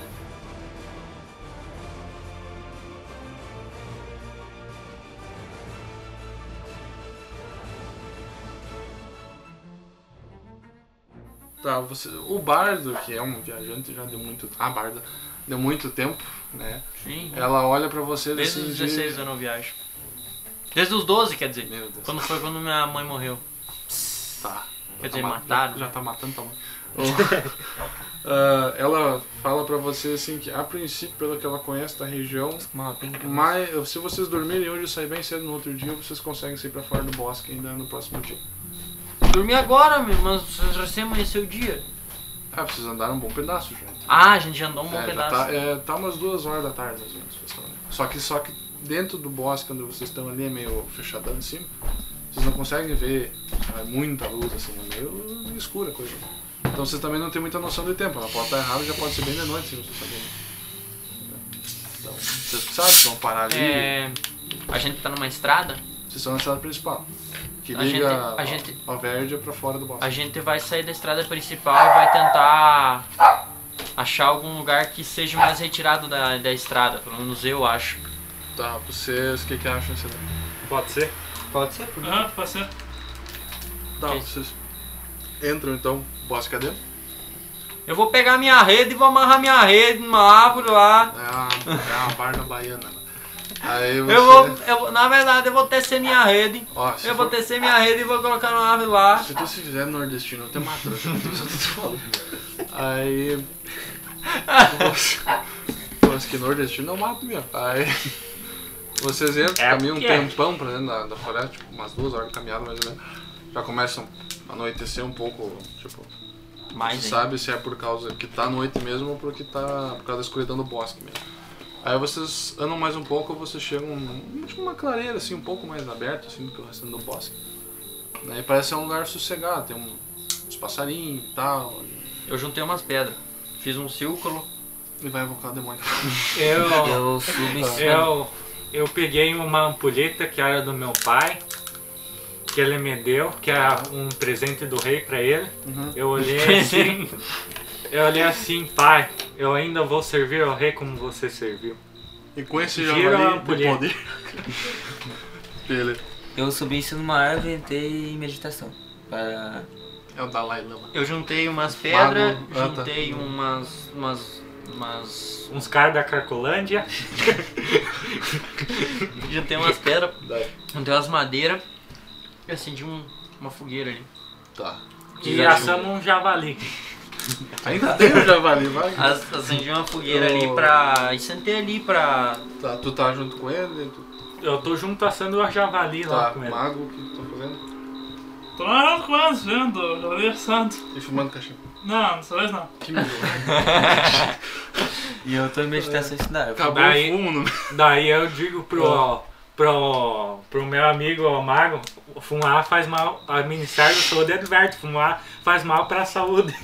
Speaker 2: Tá, você, o bardo, que é um viajante já deu muito. A barda deu muito tempo, né?
Speaker 5: sim.
Speaker 2: Ela olha pra você
Speaker 5: Desde
Speaker 2: assim.
Speaker 5: os
Speaker 2: de-
Speaker 5: 16 eu não viajo. Desde os 12, quer dizer.
Speaker 2: Meu Deus.
Speaker 5: Quando foi quando minha mãe morreu.
Speaker 2: Tá.
Speaker 5: Quer dizer,
Speaker 2: ma-
Speaker 5: mataram.
Speaker 2: Já, já tá matando tua mãe. Oh. Ah, ela fala pra você assim que a princípio, pelo que ela conhece da região,
Speaker 3: Mal, tem que-
Speaker 2: mas se vocês dormirem hoje e sair bem cedo no outro dia, vocês conseguem sair pra fora do bosque ainda no próximo dia.
Speaker 5: Dormi agora, meu, mas recém amanheceu o dia.
Speaker 2: Ah, vocês andaram um bom pedaço, gente.
Speaker 5: Ah, a gente andou um bom
Speaker 2: É, já
Speaker 5: pedaço.
Speaker 2: tá, é, tá umas duas horas da tarde, mais ou menos. vocês estão ali. Só que, só que dentro do bosque, onde vocês estão ali, é meio fechadão em cima, vocês não conseguem ver sabe, muita luz assim, é meio escura a coisa. Então vocês também não têm muita noção do tempo. Ela pode estar errada já pode ser bem de noite, se vocês saberem. Então, vocês que sabem, vão parar ali.
Speaker 5: É, a gente tá numa estrada,
Speaker 2: Vocês estão na estrada principal. Que
Speaker 5: A
Speaker 2: liga
Speaker 5: gente-
Speaker 2: a,
Speaker 5: a gente-
Speaker 2: a verde pra fora do
Speaker 5: a
Speaker 2: bosque.
Speaker 5: gente vai sair da estrada principal e vai tentar achar algum lugar que seja mais retirado da, da estrada, pelo menos eu acho.
Speaker 2: Tá, vocês, o que, que acham desse lugar?
Speaker 4: Pode ser? Ah,
Speaker 3: Pode ser, por
Speaker 6: Aham, pode ser.
Speaker 2: Tá,
Speaker 5: Ok.
Speaker 2: vocês entram então, bosque cadê?
Speaker 5: Eu vou pegar minha rede e vou amarrar minha rede numa árvore lá.
Speaker 2: É uma, é uma barna baiana. né? Aí você.
Speaker 5: Eu vou, eu vou- na verdade, eu vou tecer minha rede.
Speaker 2: Ó, se
Speaker 5: Eu vou
Speaker 2: for-
Speaker 5: tecer minha rede e vou colocar numa árvore lá.
Speaker 2: Se tu se fizer nordestino, eu te mato. Eu já tô eu tô te falando. Aí. Nossa. Nossa, que nordestino eu mato mesmo. Aí. Vocês entram,
Speaker 4: É,
Speaker 2: caminham um
Speaker 4: porque é.
Speaker 2: tempão pra dentro da, da floresta, tipo, umas duas horas de caminhada mais ou menos. Já começam a anoitecer um pouco, tipo,
Speaker 5: Mas,
Speaker 2: você
Speaker 5: hein,
Speaker 2: sabe se é por causa que tá noite mesmo ou porque tá por causa da escuridão do bosque mesmo. Aí vocês andam mais um pouco, vocês chegam num- tipo uma clareira assim, um pouco mais aberta assim do que o restante do bosque. Aí parece ser um lugar sossegado, tem um- uns passarinhos e tal,
Speaker 5: eu juntei umas pedras. Fiz um círculo.
Speaker 2: e vai invocar o demônio.
Speaker 4: Eu.
Speaker 3: Eu subo em cima.
Speaker 4: Eu, eu peguei uma ampulheta que era do meu pai, que ele me deu, que era um presente do rei pra ele. Eu olhei assim, eu olhei assim, pai, eu ainda vou servir ao rei como você serviu.
Speaker 2: E com esse
Speaker 4: Gira a
Speaker 2: javali de
Speaker 4: ampulheta.
Speaker 2: poder. Ele
Speaker 3: Eu subi em cima de uma árvore e entrei em meditação. Para...
Speaker 2: é o Dalai Lama.
Speaker 5: Eu juntei umas pedras,
Speaker 2: Mago, ah, tá.
Speaker 5: juntei umas. umas. umas.
Speaker 4: Uns caras da Carcolândia,
Speaker 5: Juntei umas pedras,
Speaker 2: Daí.
Speaker 5: juntei umas madeiras e acendi um- uma fogueira ali.
Speaker 2: Tá.
Speaker 4: e assamos um javali.
Speaker 2: Ainda tem o javali, vai.
Speaker 5: As- Acendi uma fogueira
Speaker 2: Oh.
Speaker 5: ali pra. e sentei ali pra.
Speaker 2: Tá, tu tá junto com ele, tu
Speaker 4: Eu tô junto assando o javali lá
Speaker 2: tá
Speaker 4: com ele.
Speaker 2: mago, o que tu tá fazendo?
Speaker 6: Tô lá com elas vendo, conversando.
Speaker 2: E fumando cachimbo.
Speaker 6: Não, dessa vez não.
Speaker 2: Que milagre.
Speaker 3: E eu tô em meditação em cima da árvore.
Speaker 2: Acabou
Speaker 4: Daí-
Speaker 2: o fumo no
Speaker 4: Daí eu digo pro, pro, pro meu amigo o Mago, fumar faz mal, a Ministério da Saúde adverte, fumar faz mal pra saúde.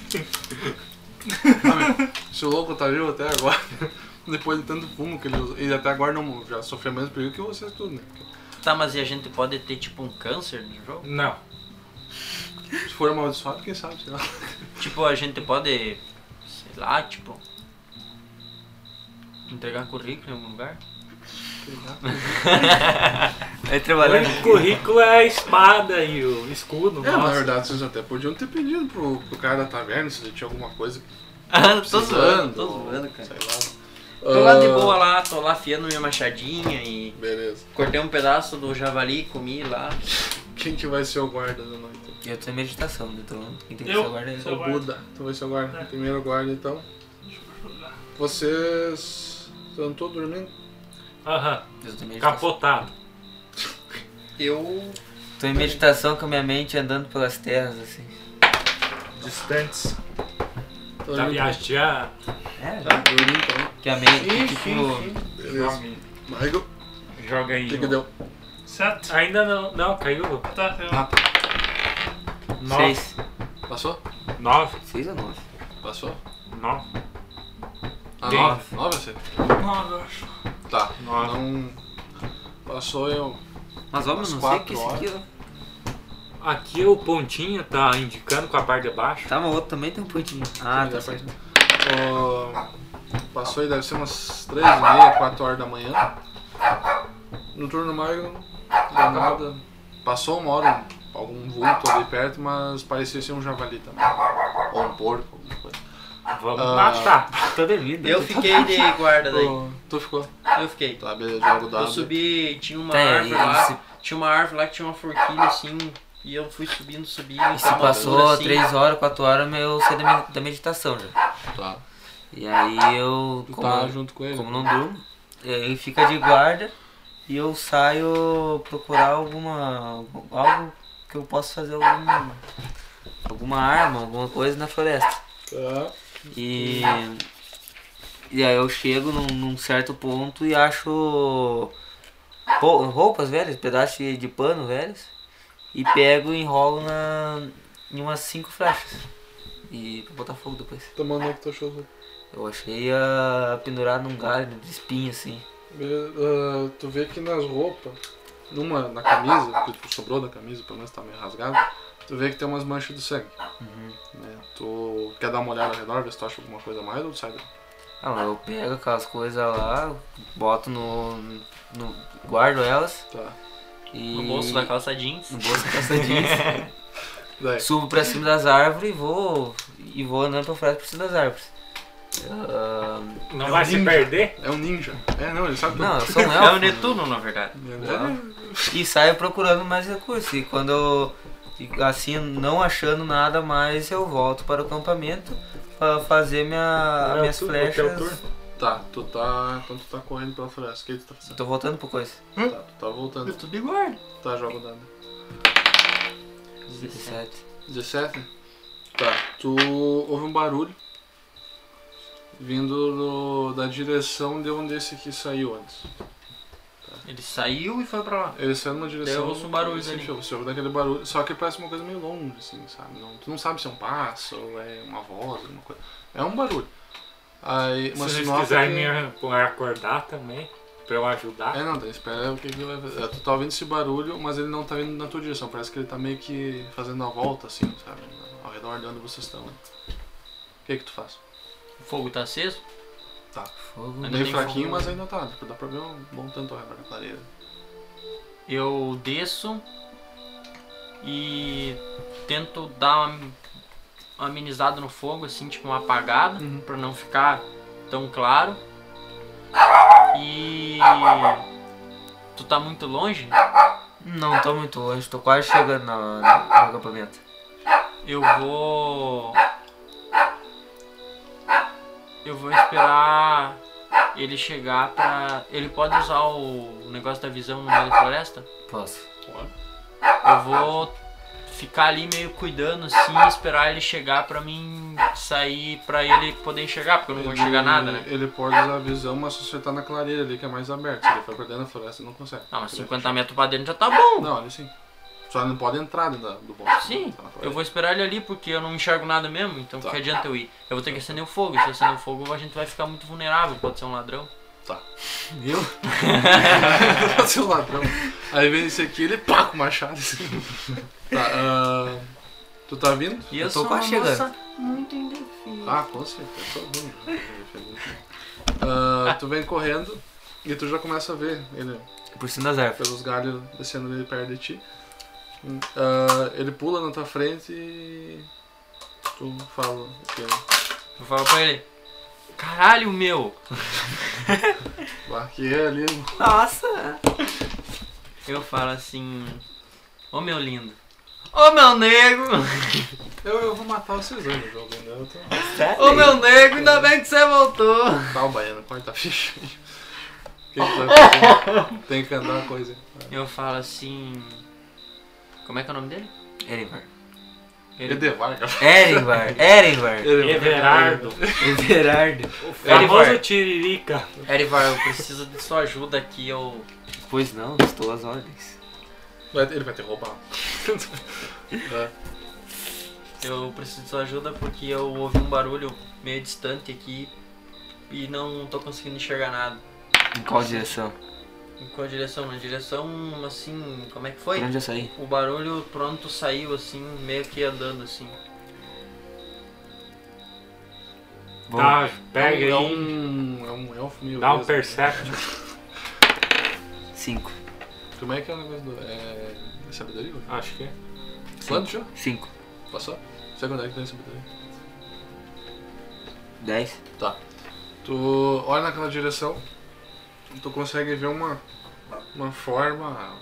Speaker 2: Se o louco tá vivo até agora, depois de tanto fumo que ele usa, ele até agora não já sofreu menos perigo que vocês tudo, né?
Speaker 5: Tá, mas e a gente pode ter tipo um câncer no jogo?
Speaker 4: Não.
Speaker 2: Se for amaldiçoado, quem sabe, sei lá.
Speaker 5: Tipo, a gente pode. sei lá, tipo. entregar currículo em algum lugar?
Speaker 3: Aí trabalhando.
Speaker 4: O currículo é a espada e o escudo.
Speaker 2: É, na
Speaker 4: nossa.
Speaker 2: verdade, vocês até podiam ter pedido pro, pro cara da taverna se ele tinha alguma coisa que
Speaker 5: Ah, tô
Speaker 2: precisando,
Speaker 5: zoando, tô
Speaker 2: ou-
Speaker 5: zoando, cara.
Speaker 2: Sei lá.
Speaker 5: Tô lá de
Speaker 2: Ah,
Speaker 5: boa lá, tô lá afiando minha machadinha e
Speaker 2: Beleza.
Speaker 5: cortei um pedaço do javali, comi lá.
Speaker 2: Quem que vai ser o guarda da noite?
Speaker 3: Eu tô em meditação, então quem tem que
Speaker 6: Eu?
Speaker 3: ser guarda é
Speaker 6: Sou
Speaker 3: eu.
Speaker 6: guarda.
Speaker 2: Buda. Tu vai ser o guarda.
Speaker 6: É.
Speaker 2: Primeiro guarda, então. Vocês estão todos dormindo?
Speaker 4: Aham,
Speaker 3: Eu tô em meditação.
Speaker 4: capotado.
Speaker 5: Eu.
Speaker 3: Tô em meditação com a minha mente andando pelas terras, assim.
Speaker 4: Distantes.
Speaker 2: Tô
Speaker 4: Tá
Speaker 2: dormindo.
Speaker 4: viajando.
Speaker 3: É,
Speaker 2: Tá, dormindo então.
Speaker 3: que a mente, tipo...
Speaker 2: Beleza. Michael,
Speaker 4: Joga aí.
Speaker 2: o que que
Speaker 4: ó.
Speaker 2: deu?
Speaker 6: Certo?
Speaker 4: Ainda não, não, caiu.
Speaker 6: Tá, eu...
Speaker 2: Ah, tá.
Speaker 4: Nove.
Speaker 3: Seis.
Speaker 2: Passou?
Speaker 4: Nove.
Speaker 3: Seis ou nove?
Speaker 2: Passou?
Speaker 4: Nove.
Speaker 2: Ah,
Speaker 4: Dei.
Speaker 2: nove? Nove você?
Speaker 6: Não, eu acho.
Speaker 2: Tá.
Speaker 4: Nove.
Speaker 2: Não. Então, Passou eu.
Speaker 3: Mas
Speaker 2: Umas
Speaker 3: vamos, não sei
Speaker 2: quatro
Speaker 3: o que esse aqui... ó.
Speaker 4: Aqui o pontinho tá indicando com a parte de baixo.
Speaker 3: Tá, mas o outro também tem um pontinho. Ah, tá certo.
Speaker 2: Ó, passou aí, deve ser umas 3 e meia, 4 horas da manhã. No turno maio, não deu nada. Passou uma hora, um- algum vulto ali perto, mas parecia ser um javali também. Ou um porco, alguma coisa.
Speaker 3: Tá.
Speaker 4: Vamos
Speaker 2: Ah.
Speaker 4: matar.
Speaker 3: Tô devido.
Speaker 5: Eu fiquei de guarda daí.
Speaker 2: Ô, tu ficou?
Speaker 5: Eu fiquei.
Speaker 2: Tá, beleza, jogo dado.
Speaker 5: Eu subi, tinha uma
Speaker 3: Tá,
Speaker 5: árvore
Speaker 3: e
Speaker 5: lá.
Speaker 3: se-
Speaker 5: Tinha uma árvore lá que tinha uma forquilha assim. E eu fui subindo, subindo.
Speaker 3: E se passou
Speaker 5: assim.
Speaker 3: três horas, quatro horas, mas eu saí da med- da meditação já.
Speaker 2: Tá.
Speaker 3: E aí eu,
Speaker 2: Tu
Speaker 3: como,
Speaker 2: tá junto com ele.
Speaker 3: como não durmo, é, ele fica de guarda e eu saio procurar alguma. algo que eu possa fazer algum. alguma arma, alguma coisa na floresta.
Speaker 2: Tá.
Speaker 3: E. E aí eu chego num, num certo ponto e acho rou- roupas velhas, pedaços de, de pano velhos, e pego e enrolo na, em umas cinco flechas. E pra botar fogo depois.
Speaker 2: Tomando o que tu achou, Zé?
Speaker 3: Eu achei a pendurada num galho de espinho assim.
Speaker 2: Beleza, ah, tu vê que nas roupas, numa na camisa, que tipo, sobrou da camisa, pelo menos tá meio rasgado, tu vê que tem umas manchas de sangue. Né? Tu quer dar uma olhada ao redor, ver se tu acha alguma coisa a mais ou tu sai daí?
Speaker 3: Ah, mas eu pego aquelas coisas lá, boto no. no guardo elas
Speaker 2: Tá.
Speaker 3: e.
Speaker 5: No bolso da calça jeans.
Speaker 3: No bolso da calça jeans.
Speaker 2: Daí.
Speaker 3: Subo pra cima das árvores e vou. e vou andando pra frente pra cima das árvores. Ah,
Speaker 4: Não
Speaker 2: É
Speaker 4: vai
Speaker 2: um
Speaker 4: se
Speaker 2: ninja.
Speaker 4: perder?
Speaker 2: É um ninja. É, não, ele sabe tudo.
Speaker 3: não, eu sou um
Speaker 5: É o
Speaker 3: elfo.
Speaker 5: Netuno, na verdade.
Speaker 2: Ele-
Speaker 3: e saio procurando mais recursos. E quando eu, e assim, não achando nada mais, eu volto para o acampamento para fazer minha,
Speaker 4: Não,
Speaker 3: minhas
Speaker 4: tu- é o teu
Speaker 3: flechas.
Speaker 4: turno.
Speaker 2: Tá, tu tá. Então tu tá correndo pela floresta. O que tu tá
Speaker 3: Eu
Speaker 2: fazendo?
Speaker 3: tô voltando pro coisa.
Speaker 2: Tá, tu tá voltando.
Speaker 5: Netuno de guarda.
Speaker 2: Tá, joga o dado.
Speaker 3: 17.
Speaker 2: 17? Tá. Tu ouve um barulho vindo do- da direção de onde esse aqui saiu antes.
Speaker 5: Ele saiu e foi pra lá.
Speaker 2: Ele saiu numa direção.
Speaker 5: eu ouço um barulho
Speaker 2: você
Speaker 5: ali.
Speaker 2: ouve- Você ouve daquele barulho, só que parece uma coisa meio longe, assim, sabe? Não- tu não sabe se é um passo ou é uma voz, alguma coisa. É um barulho. Aí, mas
Speaker 4: Se
Speaker 2: tu
Speaker 4: vocês
Speaker 2: nota
Speaker 4: quiserem
Speaker 2: que-
Speaker 4: me acordar também, pra eu ajudar.
Speaker 2: É, não, daí espera o que que ele vai fazer. É, Tu tá ouvindo esse barulho, mas ele não tá vindo na tua direção. Parece que ele tá meio que fazendo a volta, assim, sabe? Ao redor de onde vocês estão. né? O que que tu faz?
Speaker 5: O fogo tá aceso?
Speaker 3: Tá. Fogo.
Speaker 5: Ainda
Speaker 2: Meio
Speaker 5: tem
Speaker 2: fraquinho,
Speaker 5: fogo.
Speaker 2: mas ainda tá. Tipo, dá pra ver um bom tanto ao redor da clareira.
Speaker 5: Eu desço e tento dar uma uma amenizada no fogo, assim, tipo uma apagada,
Speaker 2: Uhum.
Speaker 5: pra não ficar tão claro. E tu tá muito longe,
Speaker 3: Não tô muito longe, tô quase chegando na- no acampamento.
Speaker 5: eu vou eu vou esperar ele chegar pra ele pode usar o negócio da visão no meio da floresta?
Speaker 3: Posso.
Speaker 5: Eu vou ficar ali meio cuidando assim, esperar ele chegar pra mim sair, pra ele poder enxergar, porque eu não vou enxergar nada, né?
Speaker 2: Ele pode usar a visão, mas se você tá na clareira ali, que é mais aberto. Se ele for pra dentro da floresta, não consegue.
Speaker 5: Ah, mas
Speaker 2: Ele-
Speaker 5: 50 metros pra dentro já tá bom.
Speaker 2: Não, ele sim. Só não pode entrar dentro da- do bosque.
Speaker 5: Sim,
Speaker 2: tá na floresta.
Speaker 5: Eu vou esperar ele ali porque eu não enxergo nada mesmo, então
Speaker 2: Tá.
Speaker 5: que adianta eu ir? Eu vou ter que acender o fogo, e se eu acender o fogo a gente vai ficar muito vulnerável, pode ser um ladrão.
Speaker 2: Viu? Seu ladrão. Aí vem esse aqui, ele pá com o machado. assim. Tá, ah, tu tá vindo?
Speaker 5: E
Speaker 3: Eu
Speaker 5: eu,
Speaker 3: tô
Speaker 5: sou uma
Speaker 3: quase chegando.
Speaker 5: moça muito indefesa.
Speaker 2: Ah, com certeza, tô vindo. Ah, tu vem correndo e tu já começa a ver ele
Speaker 3: Por cima das árvores.
Speaker 2: pelos galhos descendo ali perto de ti. Ah, ele pula na tua frente e tu fala o que ele-
Speaker 5: Eu falo pra ele, caralho meu,
Speaker 2: Bah, que é ali.
Speaker 3: Nossa!
Speaker 5: eu falo assim, ô meu lindo, ô meu nego.
Speaker 2: Eu, eu vou matar vocês dois no jogo ainda. Eu tô...
Speaker 3: Sério?
Speaker 5: Ô meu nego, ainda bem que você voltou.
Speaker 2: Tá o baiano, corta a ficha aí. O que que tu vai fazer? Tem que andar uma coisa.
Speaker 5: Eu falo assim. Como é que é o nome dele?
Speaker 3: Erenvar.
Speaker 2: Edevar, cara.
Speaker 3: Erenvar. Erenvar.
Speaker 4: Everardo,
Speaker 3: Everardo.
Speaker 4: o famoso
Speaker 5: Everardo.
Speaker 4: Tiririca.
Speaker 5: Erivar, eu preciso de sua ajuda aqui. Eu...
Speaker 3: Pois não, estou às ordens.
Speaker 2: Vai- Ele vai ter roubado.
Speaker 5: eu preciso de sua ajuda porque eu ouvi um barulho meio distante aqui e não tô conseguindo enxergar nada.
Speaker 3: Em qual direção?
Speaker 5: Em qual direção? Na direção assim. Como é que foi?
Speaker 3: Pra onde eu saí?
Speaker 5: O barulho pronto saiu assim, meio que andando assim.
Speaker 3: Vou-
Speaker 4: Tá,
Speaker 2: É,
Speaker 4: pega
Speaker 2: é
Speaker 4: aí,
Speaker 2: um. É um elfo meio.
Speaker 4: dá um
Speaker 2: mesmo.
Speaker 4: percept.
Speaker 3: Cinco.
Speaker 2: Como é que é o negócio do. É. é sabedoria?
Speaker 4: Acho que é.
Speaker 2: Quanto já?
Speaker 3: Cinco.
Speaker 2: Passou? Sabe quanto é que tem sabedoria?
Speaker 3: Dez.
Speaker 2: Tá. Tu olha naquela direção, tu consegue ver uma, uma forma.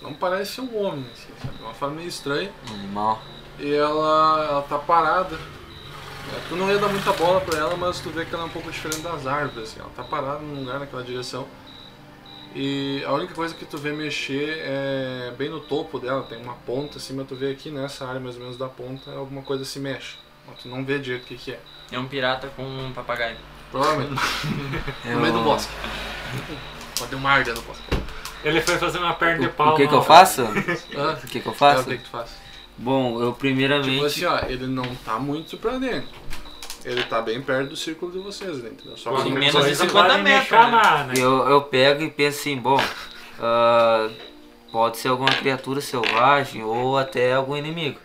Speaker 2: Não parece um homem, assim, sabe? Uma forma meio estranha.
Speaker 3: Um Animal.
Speaker 2: E ela, ela tá parada. É, tu não ia dar muita bola pra ela, mas tu vê que ela é um pouco diferente das árvores, assim. Ela tá parada num lugar naquela direção. E a única coisa que tu vê mexer é bem no topo dela, tem uma ponta assim, mas tu vê aqui nessa área mais ou menos da ponta, alguma coisa se mexe. Mas tu não vê direito o que, que é.
Speaker 5: É um pirata com um papagaio.
Speaker 2: Provavelmente. No meio do bosque. Pode ter uma árvore no bosque.
Speaker 4: Ele foi fazer uma perna de
Speaker 3: O,
Speaker 4: pau.
Speaker 3: o que que
Speaker 4: não. né?
Speaker 3: eu faço?
Speaker 2: Ah,
Speaker 3: O que que eu
Speaker 2: é, o
Speaker 3: faço?
Speaker 2: que, que tu faz?
Speaker 3: Bom, eu primeiramente.
Speaker 2: Tipo assim, ó, ele não tá muito pra dentro. Ele tá bem perto do círculo de vocês, né, entendeu? Só que-
Speaker 5: Sim, menos
Speaker 2: só
Speaker 5: de
Speaker 2: que-
Speaker 4: Vocês
Speaker 5: 50
Speaker 4: podem me
Speaker 5: metros,
Speaker 4: chamar, né?
Speaker 3: Eu, eu pego e penso assim, bom, ah, pode ser alguma criatura selvagem ou até algum inimigo.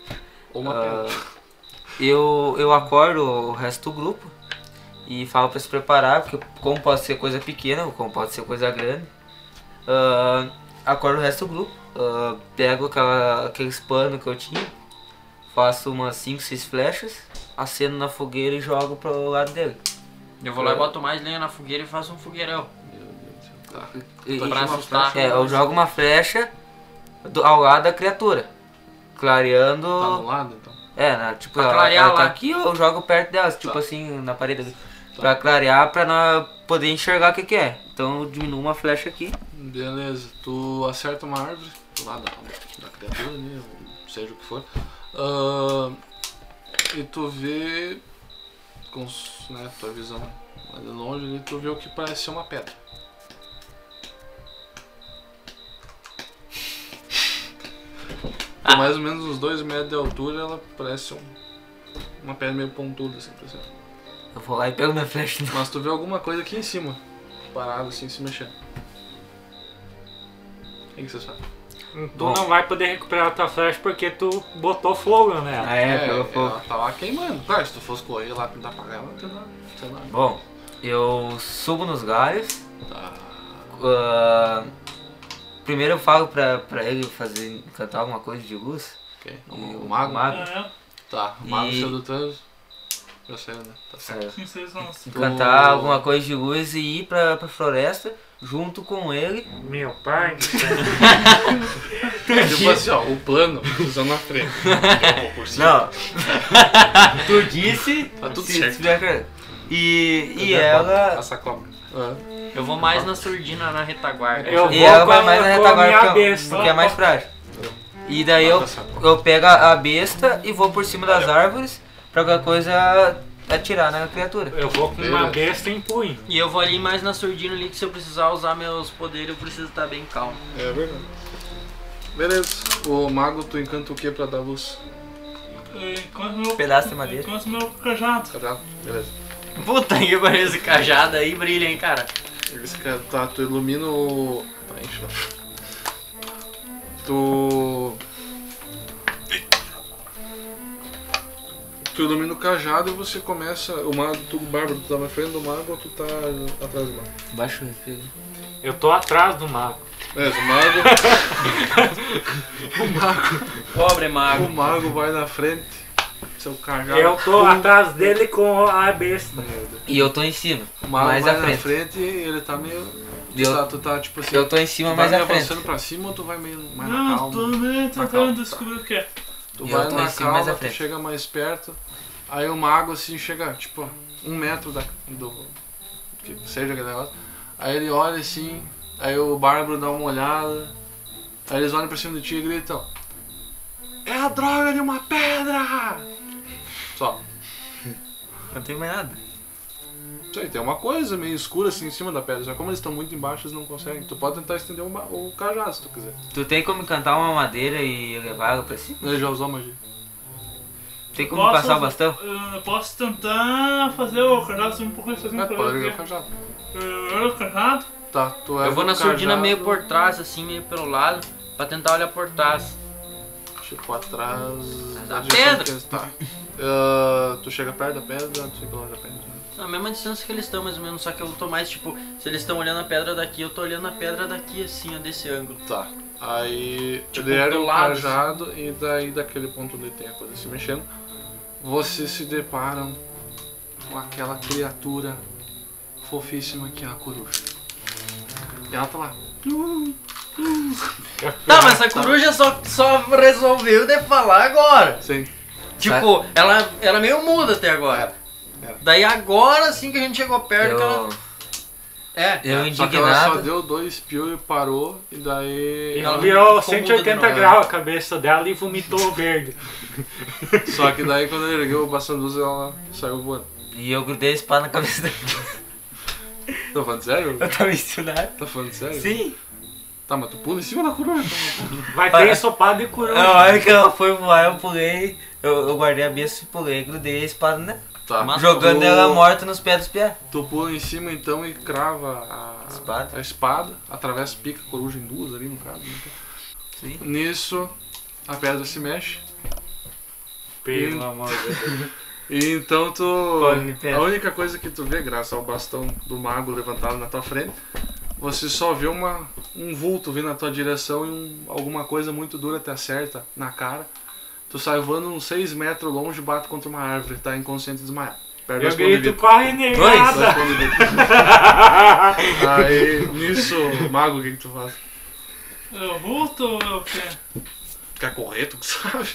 Speaker 2: Ou uma
Speaker 3: Ah,
Speaker 2: pedra.
Speaker 3: eu, eu acordo o resto do grupo e falo pra se preparar, porque como pode ser coisa pequena, ou como pode ser coisa grande. ah, acordo o resto do grupo, ah, pego aquela, aqueles panos que eu tinha, faço umas 5, 6 flechas, acendo na fogueira e jogo pro lado dele.
Speaker 5: Eu vou lá e boto mais lenha na fogueira e faço um fogueirão.
Speaker 2: Tá.
Speaker 3: E-
Speaker 2: Tá
Speaker 3: e-
Speaker 2: de
Speaker 5: pra
Speaker 2: uma
Speaker 5: assustar.
Speaker 2: flecha,
Speaker 3: É, eu jogo uma flecha do- ao lado da criatura. Clareando.
Speaker 2: Tá no lado, então.
Speaker 3: É, na- tipo,
Speaker 5: Pra
Speaker 3: ela,
Speaker 5: clarear
Speaker 3: ela tá
Speaker 5: lá.
Speaker 3: aqui, eu jogo perto dela, tipo
Speaker 2: Tá.
Speaker 3: assim, na parede ali.
Speaker 2: Tá.
Speaker 3: Pra clarear, pra não poder enxergar o que, que é. Então eu diminuo uma flecha aqui.
Speaker 2: Beleza, tu acerta uma árvore lá da, da criatura, né? ou Seja o que for. Ahn, e tu vê com s- né, tua visão lá de longe, né, tu vê o que parece ser uma pedra. Com mais ou menos uns 2 metros de altura, ela parece um- uma pedra meio pontuda, assim, por exemplo.
Speaker 3: Eu vou lá e pego minha flecha.
Speaker 2: Mas tu vê alguma coisa aqui em cima, parada assim, se mexendo. O que que vocês fazem?
Speaker 4: Tu
Speaker 3: Bom.
Speaker 4: não vai poder recuperar a tua flecha porque tu botou fogo nela.
Speaker 3: Ah, é, pegou fogo.
Speaker 2: ela tá lá queimando. Claro, se tu fosse correr lá pra tentar apagar ela, sei lá, sei lá.
Speaker 3: Bom, eu subo nos galhos.
Speaker 2: Tá.
Speaker 3: ah, primeiro eu falo pra, pra ele fazer cantar alguma coisa de luz.
Speaker 2: Ok. O,
Speaker 3: E
Speaker 2: o Um mago?
Speaker 6: É,
Speaker 2: Tá, o mago
Speaker 3: E-
Speaker 2: saiu do trânsito. Já saiu, né? Tá certo.
Speaker 3: Certo.
Speaker 6: sim, vocês não.
Speaker 3: Cantar
Speaker 2: Tu-
Speaker 3: alguma coisa de luz e ir pra, pra floresta junto com ele.
Speaker 4: Meu pai, do céu.
Speaker 2: Tipo assim, ó, o plano, usando na frente. Eu vou por cima.
Speaker 3: Não. tu disse.
Speaker 2: Tá tudo
Speaker 3: se-
Speaker 2: certo. é
Speaker 3: se tiver que- E,
Speaker 2: Cadê
Speaker 3: e
Speaker 2: a cobra?
Speaker 3: ela. É.
Speaker 2: A sacola. Ah,
Speaker 5: Eu vou mais na surdina, na retaguarda.
Speaker 4: Eu
Speaker 3: E
Speaker 4: vou
Speaker 3: ela vai
Speaker 4: com-
Speaker 3: mais na
Speaker 4: com a minha
Speaker 3: retaguarda porque,
Speaker 4: besta.
Speaker 3: porque é mais frágil. E daí eu,
Speaker 2: a sacola.
Speaker 3: eu pego a a besta e vou por cima das árvores pra qualquer coisa atirar na criatura.
Speaker 4: Eu vou com uma
Speaker 2: Beleza.
Speaker 4: besta em punho.
Speaker 5: E eu vou ali mais na surdina ali que se eu precisar usar meus poderes, eu preciso estar bem calmo.
Speaker 3: Um
Speaker 2: É verdade. Beleza. O mago, tu encanta o que pra dar luz?
Speaker 6: Enquanto meu.
Speaker 3: Pedaço de madeira.
Speaker 6: Enquanto meu cajado.
Speaker 2: Cajado? Beleza.
Speaker 5: Puta que pariu, esse cajado aí brilha, hein, cara.
Speaker 2: Eles querem- Tá, tu ilumina o. Tá, enche lá. Tu. Tu ilumina o cajado e você começa. O mago, tu, Bárbaro, tu tá na frente do mago ou tu tá atrás do mago?
Speaker 3: Baixa o refil.
Speaker 4: Eu tô atrás do mago.
Speaker 2: Beleza, É, o mago,
Speaker 5: Pobre mago.
Speaker 2: o mago vai na frente. Seu cajado.
Speaker 4: Eu tô atrás dele com a besta.
Speaker 3: E eu tô em cima.
Speaker 2: O mago
Speaker 3: mais
Speaker 2: vai
Speaker 3: à
Speaker 2: na
Speaker 3: frente.
Speaker 2: frente e ele tá meio. Tu
Speaker 3: Eu-
Speaker 2: tá, tu tá tipo assim.
Speaker 3: Eu tô em cima
Speaker 2: tu
Speaker 3: mais
Speaker 2: vai
Speaker 3: à
Speaker 2: me
Speaker 3: frente.
Speaker 2: avançando pra cima ou tu vai meio mais na
Speaker 6: Não,
Speaker 2: calma?
Speaker 6: tô nem
Speaker 2: Na calma,
Speaker 6: tentando
Speaker 2: tá.
Speaker 6: descobrir o que é.
Speaker 2: Tu
Speaker 3: E
Speaker 2: vai
Speaker 5: tá
Speaker 3: eu tô
Speaker 2: na
Speaker 3: em cima, mas
Speaker 5: é
Speaker 2: calma,
Speaker 3: à
Speaker 2: tu
Speaker 3: frente.
Speaker 2: chega mais perto. Aí o mago assim chega, tipo, um metro da, do. que seja aquele negócio. Aí ele olha assim, aí o bárbaro dá uma olhada. Aí eles olham pra cima do ti e gritam: É a droga de uma pedra! Só.
Speaker 3: Não tem mais nada.
Speaker 2: Isso aí, tem uma coisa meio escura assim em cima da pedra. Só que como eles estão muito embaixo, eles não conseguem. Tu pode tentar estender o ma- o cajado se tu quiser.
Speaker 3: Tu tem como cantar uma madeira e levar ela pra cima?
Speaker 2: Ele já usou a magia.
Speaker 3: Tem como
Speaker 6: Posso-
Speaker 3: passar o bastão?
Speaker 6: Eu posso tentar fazer o cajado subir um pouco fazer
Speaker 5: Uhum.
Speaker 6: um
Speaker 2: Mas É, Ah, pode jogar o
Speaker 6: pouco.
Speaker 2: cajado.
Speaker 6: Eu olho o cajado.
Speaker 2: Tá, tu
Speaker 5: Eu
Speaker 2: ergue
Speaker 5: vou
Speaker 2: o
Speaker 5: na surdina
Speaker 2: cajado.
Speaker 5: meio por trás, assim, meio pelo lado, pra tentar olhar por trás.
Speaker 2: Tipo, atrás
Speaker 5: Da
Speaker 2: direção
Speaker 5: pedra.
Speaker 2: que eles- Tá. Ah, tu chega perto da pedra, tu fica longe da pedra.
Speaker 5: Na É mesma distância que eles estão, mais ou menos, só que eu tô mais, tipo, se eles estão olhando a pedra daqui, eu tô olhando a pedra daqui, assim, ó, desse ângulo.
Speaker 2: Tá. Aí
Speaker 5: Tipo,
Speaker 2: ele ergue
Speaker 5: do
Speaker 2: o
Speaker 5: lado,
Speaker 2: cajado e daí daquele ponto onde tem a coisa se mexendo, vocês se deparam com aquela criatura fofíssima que é a coruja. E ela tá lá.
Speaker 5: Tá, mas a coruja só, só resolveu de falar agora.
Speaker 2: Sim.
Speaker 5: Tipo, ela, ela meio muda até agora.
Speaker 3: É,
Speaker 2: Era, era.
Speaker 5: Daí agora sim que a gente chegou perto que
Speaker 3: Eu,
Speaker 5: ela. É.
Speaker 3: eu
Speaker 2: Só que ela só
Speaker 3: indignado.
Speaker 2: deu dois pios e parou, e daí.
Speaker 4: E
Speaker 5: Ela
Speaker 4: virou
Speaker 5: ficou muda de
Speaker 4: 180
Speaker 5: novo.
Speaker 4: graus a cabeça dela e vomitou o verde.
Speaker 2: Só que daí quando ele ergueu o bastão de luz, ela saiu voando.
Speaker 3: E eu grudei a espada na cabeça dele.
Speaker 2: Tá falando sério?
Speaker 3: Eu tava ensinado.
Speaker 2: Tá falando sério?
Speaker 3: Sim.
Speaker 2: Tá, mas tu pula em cima da coroa. então.
Speaker 4: Vai ter ensopado e curou.
Speaker 3: Na hora que ela foi voar, eu pulei, eu, eu guardei a besta e pulei, grudei a espada, né?
Speaker 2: Tá.
Speaker 5: Mas-
Speaker 3: Jogando
Speaker 2: tu-
Speaker 3: ela é morta nos pés dos pés.
Speaker 2: Tu pula em cima então e crava a
Speaker 3: Espada.
Speaker 2: a espada, atravessa, pica a coruja em duas ali no caso. né?
Speaker 3: Sim.
Speaker 2: Nisso, a pedra se mexe.
Speaker 4: Pelo amor de Deus.
Speaker 2: E então tu.
Speaker 4: Come pedra.
Speaker 2: A única coisa que tu vê, graças ao bastão do mago levantado na tua frente, você só vê uma, um vulto vindo na tua direção e um- alguma coisa muito dura te acerta na cara. Tu sai voando uns 6 metros longe, bate contra uma árvore, tá inconsciente e desmaiado. Perde
Speaker 4: Eu
Speaker 2: dois pontos de
Speaker 4: grito,
Speaker 2: vida.
Speaker 4: corre
Speaker 2: Dois
Speaker 4: negada!
Speaker 2: pontos de vida. Aí, nisso, mago, o que, que tu faz?
Speaker 6: Eu volto ou eu quero?
Speaker 2: Quer correr, tu que sabe?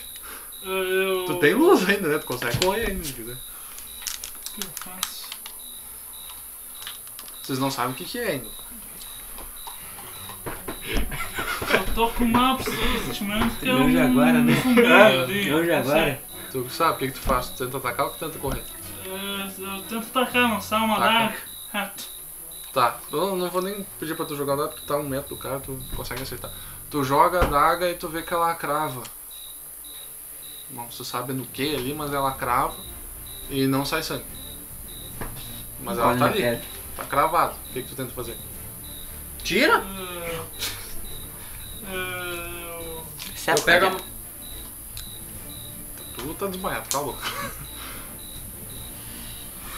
Speaker 6: Eu...
Speaker 2: Tu tem luz ainda, né? Tu consegue correr ainda, se quiser.
Speaker 6: O que eu faço?
Speaker 2: Vocês não sabem o que, que é ainda.
Speaker 6: Eu tô com uma absolutamente que é
Speaker 4: Não de
Speaker 6: um
Speaker 4: agora, né?
Speaker 6: fumeiro ali.
Speaker 4: Hoje agora.
Speaker 2: Tu que sabe o que, que tu faz? Tu tenta atacar ou tu tenta correr?
Speaker 6: Eu, eu tento tacar, lançar uma
Speaker 2: Taca.
Speaker 6: daga. Rato.
Speaker 2: Tá, eu não, não vou nem pedir pra tu jogar nada porque tá um metro do cara, tu consegue acertar. Tu joga a daga e tu vê que ela crava. Não se sabe no que ali, mas ela crava e não sai sangue. Mas ela tá ali,
Speaker 3: é.
Speaker 2: tá cravada. O que, que tu tenta fazer?
Speaker 5: Tira!
Speaker 6: Eu- eu-
Speaker 3: é
Speaker 5: Eu pego
Speaker 3: né?
Speaker 5: a...
Speaker 2: Tu tá desmaiado, tá louco.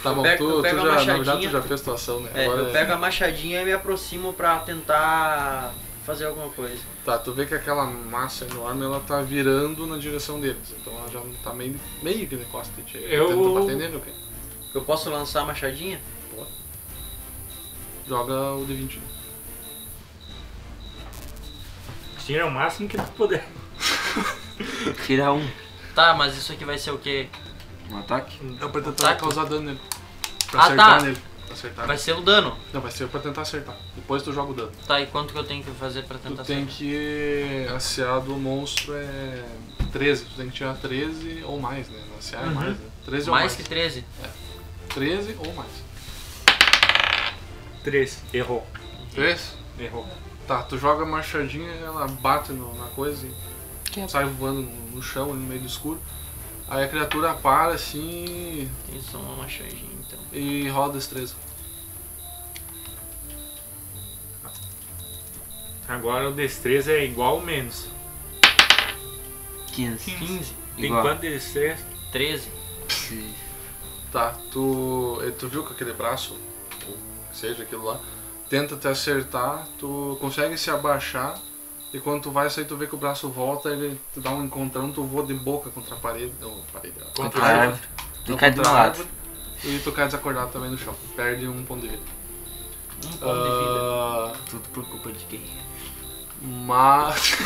Speaker 2: Tá bom,
Speaker 5: pego- eu
Speaker 2: tu, tu
Speaker 5: pego a
Speaker 2: já, na
Speaker 5: machadinha.
Speaker 2: verdade tu já fez tua ação, né?
Speaker 5: É,
Speaker 2: Agora
Speaker 5: eu
Speaker 2: é-
Speaker 5: pego a machadinha e me aproximo pra tentar fazer alguma coisa.
Speaker 2: Tá, tu vê que aquela massa enorme ela tá virando na direção deles. Então ela já tá meio, meio que de costa de ti.
Speaker 4: Eu-
Speaker 2: Tenta bater nele, ok?
Speaker 5: Eu posso lançar a machadinha?
Speaker 2: Joga o D20.
Speaker 4: Tira o máximo que tu puder.
Speaker 7: Tira um.
Speaker 5: Tá, mas isso aqui vai ser o quê?
Speaker 7: Um ataque?
Speaker 2: É pra tentar
Speaker 5: Ataque.
Speaker 2: causar dano nele. Pra
Speaker 5: Ah,
Speaker 2: acertar
Speaker 5: tá.
Speaker 2: nele. Pra acertar.
Speaker 5: Vai ser o dano.
Speaker 2: Não, vai ser pra tentar acertar. Depois tu joga o dano.
Speaker 5: Tá, e quanto que eu tenho que fazer pra
Speaker 2: Tu
Speaker 5: tentar
Speaker 2: tem que. A CA do monstro é 13. Tu tem que tirar 13 ou mais, né? A CA é mais, né? 13
Speaker 5: Uhum. Mais que
Speaker 2: ou mais.
Speaker 5: 13?
Speaker 2: 13 ou mais.
Speaker 4: Três. Errou.
Speaker 2: 3?
Speaker 4: Errou.
Speaker 2: Tá, tu joga a machadinha, ela bate no- na coisa e sai voando no, no chão, ali no meio do escuro. Aí a criatura para assim
Speaker 5: Tem só uma machadinha então.
Speaker 2: e rola a destreza.
Speaker 4: Agora o destreza é igual ou menos.
Speaker 7: 15.
Speaker 5: 15,
Speaker 4: Tem
Speaker 7: Igual.
Speaker 4: quanto de destreza?
Speaker 5: 13.
Speaker 7: Sim.
Speaker 2: Tá, tu. eh, Tu viu com aquele braço, ou seja aquilo lá, tenta te acertar, tu consegue se abaixar e quando tu vai sair tu vê que o braço volta, ele te dá um encontrão, tu voa de boca contra a parede. Não, parede. ó.
Speaker 4: Contra
Speaker 7: a
Speaker 4: a
Speaker 7: árvore. Tu cai do
Speaker 2: Contra
Speaker 7: meu
Speaker 2: a
Speaker 7: lado.
Speaker 2: árvore, E tu cai desacordado também no chão. Perde um ponto de vida.
Speaker 5: Um ponto de vida.
Speaker 2: Ah,
Speaker 7: Tudo por culpa de quem?
Speaker 2: Mas.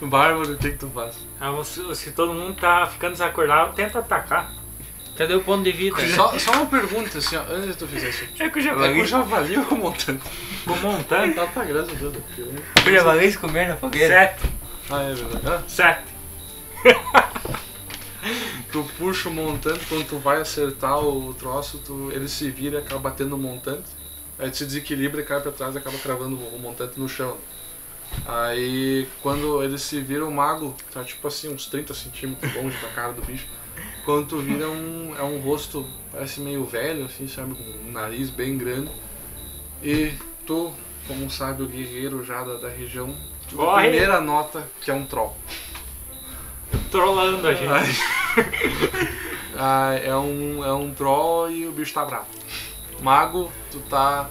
Speaker 2: Bárbaro, o que, que tu faz?
Speaker 4: Ah, se, se todo mundo tá ficando desacordado, tenta atacar.
Speaker 5: Cadê o ponto de vida?
Speaker 2: Só, só uma pergunta, assim, ó, antes de tu fizer isso.
Speaker 4: É que o
Speaker 2: É com
Speaker 4: javali
Speaker 2: javali ou com montante?
Speaker 4: ficou montando.
Speaker 2: Tá, tá, graças a Deus. aqui, né?
Speaker 3: Podia valer comer na fogueira?
Speaker 4: Sete.
Speaker 2: Ah, é verdade. Ah,
Speaker 4: Sete.
Speaker 2: tu puxa o montante, quando tu vai acertar o troço, tu, ele se vira e acaba batendo o montante. Aí tu se desequilibra e cai pra trás e acaba cravando o montante no chão. Aí quando ele se vira, o mago tá tipo assim, uns 30 centímetros longe da cara do bicho. Quando tu vira, é um, é um rosto, parece meio velho, assim, sabe? Com um nariz bem grande. E tu, como sabe o guerreiro já da, da região, tu, a
Speaker 4: Corre!
Speaker 2: primeira nota que é um troll.
Speaker 4: Trolando a gente.
Speaker 2: Ah, é um é um troll e o bicho tá bravo. Mago, tu tá.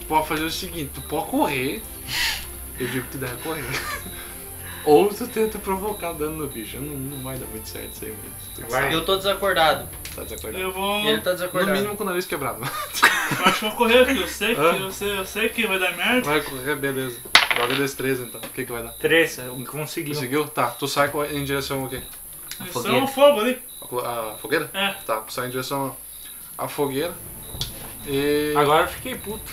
Speaker 2: Tu pode fazer o seguinte, tu pode correr. Eu digo que tu deve correr. Ou tu tenta provocar dano no bicho. Não, não vai dar muito certo isso aí, mas tu que
Speaker 4: Vai.
Speaker 2: sabe,
Speaker 5: Eu tô desacordado.
Speaker 2: tá desacordado.
Speaker 6: Eu vou...
Speaker 5: Ele tá
Speaker 2: No
Speaker 5: desacordado.
Speaker 2: mínimo com o nariz quebrado.
Speaker 6: Eu acho que eu vou correr, porque eu sei que,
Speaker 2: Hã?
Speaker 6: eu sei, eu sei que vai dar merda.
Speaker 2: Vai correr, beleza. Joga destreza então. O que, que vai dar?
Speaker 4: Três. Conseguiu.
Speaker 2: Conseguiu? Tá, tu sai co- em direção ao quê? Ah,
Speaker 6: Só um fogo ali.
Speaker 2: A co- A fogueira?
Speaker 6: É.
Speaker 2: Tá, tu sai em direção à fogueira. E.
Speaker 4: Agora eu fiquei puto.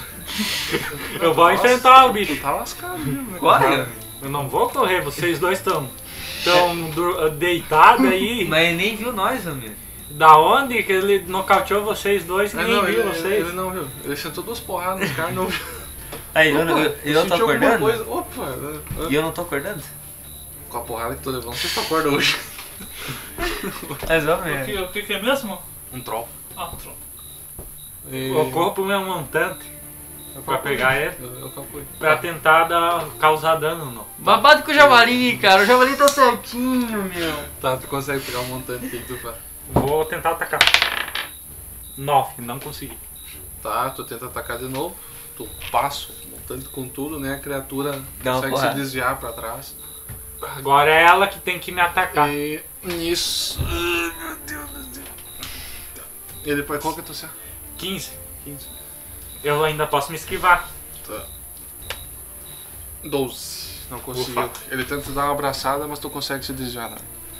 Speaker 4: Eu vou enfrentar o bicho.
Speaker 2: Tu tá lascado mesmo, né?
Speaker 3: Olha,
Speaker 4: Eu não vou correr, vocês dois estão tão dur- deitados aí.
Speaker 3: mas ele nem viu nós, amigo.
Speaker 4: Da onde que ele nocauteou vocês dois,
Speaker 2: Ah,
Speaker 4: ninguém
Speaker 2: não,
Speaker 4: viu
Speaker 2: ele,
Speaker 4: vocês.
Speaker 2: ele não viu. Ele sentou duas porradas nos caras e não viu.
Speaker 3: Aí, eu, não- eu, eu não
Speaker 2: senti
Speaker 3: tô
Speaker 2: alguma
Speaker 3: acordando?
Speaker 2: Coisa. Opa, né?
Speaker 3: E eu não tô acordando?
Speaker 2: com a porrada que tô levando, vocês estão acordam hoje.
Speaker 3: Mais ou
Speaker 6: O que, o que que é mesmo?
Speaker 2: Um troll.
Speaker 6: Ah, pronto.
Speaker 2: E...
Speaker 4: O corpo é um montante
Speaker 2: Eu
Speaker 4: pra
Speaker 2: calculo.
Speaker 4: pegar ele,
Speaker 2: Eu, eu calculo.
Speaker 4: pra tentar dar, causar dano no.
Speaker 5: Babado com o javali, cara. O javali tá certinho, meu.
Speaker 2: Tá, tu consegue pegar um montante que tu faz.
Speaker 4: Vou tentar atacar. 9, não consegui.
Speaker 2: Tá, tu tenta atacar de novo. Tu passa o montante com tudo, né? A criatura
Speaker 3: Dá uma
Speaker 2: consegue
Speaker 3: porrada.
Speaker 2: se desviar pra trás.
Speaker 4: Agora é ela que tem que me atacar.
Speaker 2: E nisso. Ah, Meu Deus do céu. Ele vai. Qual que é teu CA?
Speaker 4: 15.
Speaker 2: 15.
Speaker 4: Eu ainda posso me esquivar.
Speaker 2: Tá. 12. Não conseguiu.
Speaker 4: Ufa.
Speaker 2: Ele tenta dar uma abraçada, mas tu consegue se desviar, né?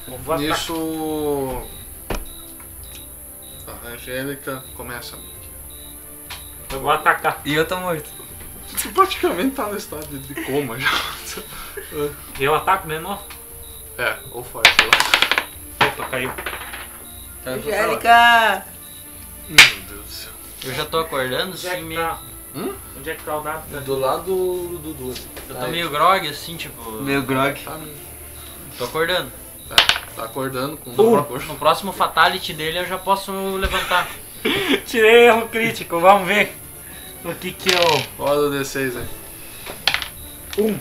Speaker 4: Eu Vou atacar.
Speaker 2: Nisso. A Angélica começa.
Speaker 4: Eu vou atacar.
Speaker 3: E eu tô morto.
Speaker 2: Tu praticamente tá no estado de- de coma já.
Speaker 4: Eu ataco de novo.
Speaker 2: É, ou faz, sei lá.
Speaker 4: Opa, caiu.
Speaker 3: Angélica!
Speaker 2: Meu Deus do céu.
Speaker 5: Eu já tô acordando,
Speaker 4: Onde é
Speaker 5: assim,
Speaker 4: que
Speaker 5: meio.
Speaker 4: tá? Onde é que tá o dado?
Speaker 2: Do lado do 12.
Speaker 5: Eu tô meio grog, assim, tipo.
Speaker 3: Meu grog.
Speaker 2: Tá,
Speaker 5: Tô acordando.
Speaker 2: tá acordando com
Speaker 4: Uh.
Speaker 2: o corpo.
Speaker 5: No próximo fatality dele eu já posso levantar.
Speaker 4: Tirei erro crítico, vamos ver. O que que eu.
Speaker 2: Roda o D6 aí. Um.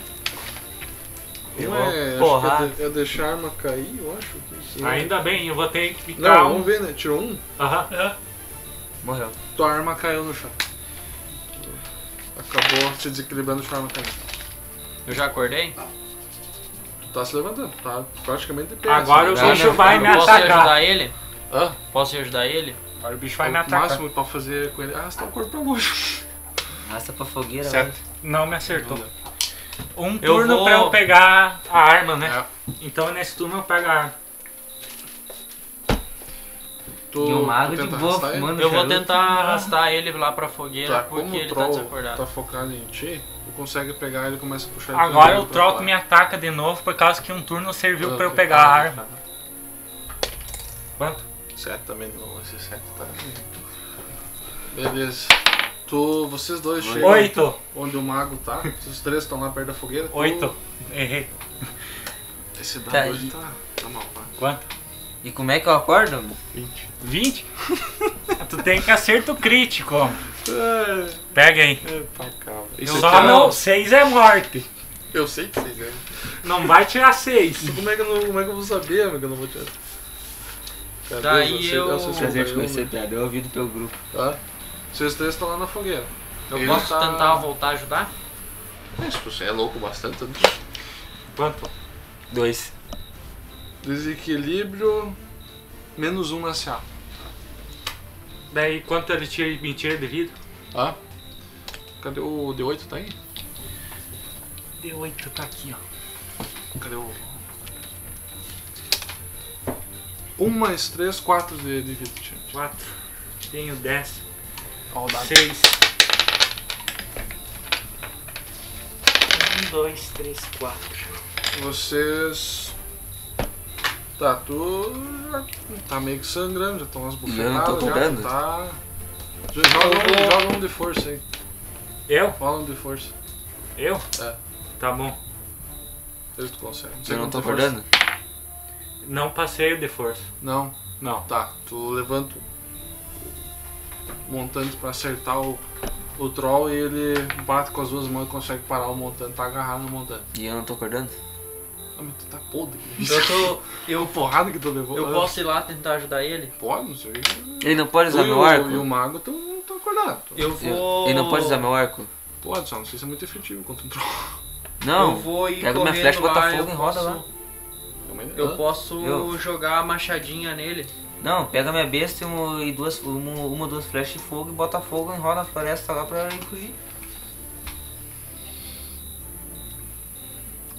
Speaker 4: Pegou.
Speaker 2: Um é,
Speaker 3: Porra.
Speaker 2: acho que é, de, é deixar a arma cair, eu acho que sim.
Speaker 4: Ainda bem, eu vou ter que ficar
Speaker 2: Não,
Speaker 4: um.
Speaker 2: vamos ver, né? Tirou um,
Speaker 4: Aham.
Speaker 3: Morreu.
Speaker 2: tua arma caiu no chão. Acabou se desequilibrando sua arma caiu.
Speaker 5: Eu já acordei?
Speaker 2: Tu tá se levantando, tá praticamente de pé.
Speaker 4: Agora o
Speaker 2: assim.
Speaker 4: bicho vai me
Speaker 5: Ah, Eu posso ir
Speaker 4: atacar.
Speaker 5: ajudar ele?
Speaker 2: Hã?
Speaker 5: Posso ir ajudar ele?
Speaker 4: Agora o bicho vai me
Speaker 2: O
Speaker 4: atacar.
Speaker 2: máximo pra fazer com ele. Ah, você tá o corpo pra longe.
Speaker 3: Arrasta pra
Speaker 4: Tá
Speaker 3: fogueira.
Speaker 2: Certo.
Speaker 4: Não me acertou. Um
Speaker 5: Eu
Speaker 4: turno
Speaker 5: vou-
Speaker 4: pra eu pegar a arma, né?
Speaker 2: É.
Speaker 4: Então nesse turno eu pego a arma.
Speaker 2: Tu,
Speaker 3: E
Speaker 4: um
Speaker 3: o mago
Speaker 2: tu
Speaker 3: de
Speaker 2: tenta
Speaker 3: boa
Speaker 2: arrastar ele?
Speaker 3: fumando
Speaker 5: Eu vou
Speaker 3: charuto.
Speaker 5: tentar arrastar ele lá pra fogueira
Speaker 2: Tá, como
Speaker 5: porque
Speaker 2: o
Speaker 5: ele tá
Speaker 2: troll
Speaker 5: desacordado.
Speaker 2: tá focado em ti, tu consegue pegar ele e começa a puxar ele
Speaker 4: Agora
Speaker 2: pelo
Speaker 4: o
Speaker 2: pra
Speaker 4: troll
Speaker 2: fora.
Speaker 4: que me ataca de novo por causa que um turno serviu
Speaker 2: Ah,
Speaker 4: pra eu
Speaker 2: tá.
Speaker 4: pegar a arma. Quanto?
Speaker 2: Certo também não, esse certo tá. Beleza. Tu, vocês dois chegam
Speaker 4: Oito!
Speaker 2: onde o mago tá. Os três estão lá perto da fogueira. Tu-
Speaker 4: Oito. Errei.
Speaker 2: Esse dado
Speaker 3: Tá,
Speaker 2: hoje
Speaker 3: e-
Speaker 2: tá, tá mal, pá.
Speaker 4: Quanto?
Speaker 3: E como é que eu acordo?
Speaker 4: Vinte? tu tem que acerto crítico. Pega aí.
Speaker 2: Isso
Speaker 4: Só
Speaker 2: aqui é-
Speaker 4: não. Seis é morte.
Speaker 2: Eu sei que vocês ganham.
Speaker 4: Não vai tirar seis.
Speaker 2: Como é que eu, não, como é que eu vou saber, amigo? Eu não vou te. Cadê
Speaker 5: Daí
Speaker 2: os-
Speaker 5: eu-
Speaker 2: sei se
Speaker 7: Prazer de
Speaker 2: ganhei um,
Speaker 7: conhecer, piada. Eu ouvido pelo grupo.
Speaker 2: Tá? Vocês três estão lá na fogueira.
Speaker 5: Eu
Speaker 2: Ele
Speaker 5: posso
Speaker 2: tá-
Speaker 5: tentar um- voltar a ajudar?
Speaker 2: Mas você é louco bastante. né?
Speaker 4: Quanto?
Speaker 3: Dois.
Speaker 2: Desequilíbrio. Menos um na CA.
Speaker 4: Daí quanto ele tira, me tira de vida?
Speaker 2: Tá? Cadê o D8? Tá aí?
Speaker 4: De oito tá aqui, ó.
Speaker 2: Cadê o. 1 mais 3, 4 de, de vida, gente.
Speaker 4: Quatro. Tenho dez.
Speaker 2: Ó, o dado.
Speaker 4: Seis. Um, dois, três, quatro.
Speaker 2: Vocês. Tá, tu. já Tá meio que sangrando, já estão umas
Speaker 7: Eu não tô
Speaker 2: bufetadas, já
Speaker 7: tocando.
Speaker 2: tu tá. Já Joga um, joga um de força aí.
Speaker 4: Eu?
Speaker 2: Rola um de força.
Speaker 4: Eu?
Speaker 2: É.
Speaker 4: Tá bom.
Speaker 2: Eles tu consegue. Você
Speaker 7: Eu não tô
Speaker 2: tem é força?
Speaker 7: acordando?
Speaker 4: Não passei o de força.
Speaker 2: Não,
Speaker 4: Não.
Speaker 2: tá. Tu levanta o montante pra acertar o, o troll e ele bate com as duas mãos e consegue parar o montante, tá agarrado no montante.
Speaker 7: E eu não tô acordando?
Speaker 2: Ah, mas tu tá podre.
Speaker 5: Eu tô. Eu,
Speaker 2: porrada que tu levou.
Speaker 5: eu
Speaker 2: Ah,
Speaker 5: posso ir lá tentar ajudar ele?
Speaker 2: Pode, não sei.
Speaker 7: Ele não pode
Speaker 2: Tu
Speaker 7: usar
Speaker 2: e
Speaker 7: meu
Speaker 2: o-
Speaker 7: arco?
Speaker 2: E o mago tu não tá acordado. Tu-
Speaker 5: Eu vou.
Speaker 7: Ele não pode usar meu arco?
Speaker 2: Pode, só não sei se é muito efetivo contra um troll.
Speaker 5: Eu
Speaker 7: Não.
Speaker 5: vou ir
Speaker 7: Pega minha
Speaker 5: correndo
Speaker 7: flecha,
Speaker 5: lá,
Speaker 7: bota
Speaker 5: eu
Speaker 7: fogo e roda
Speaker 5: posso-
Speaker 7: lá.
Speaker 5: Eu posso
Speaker 7: Eu-
Speaker 5: jogar a machadinha nele.
Speaker 7: Não.
Speaker 3: Pega minha besta e, uma- e duas, uma, uma, duas flechas de fogo e bota fogo e enrola a floresta lá pra ele fugir.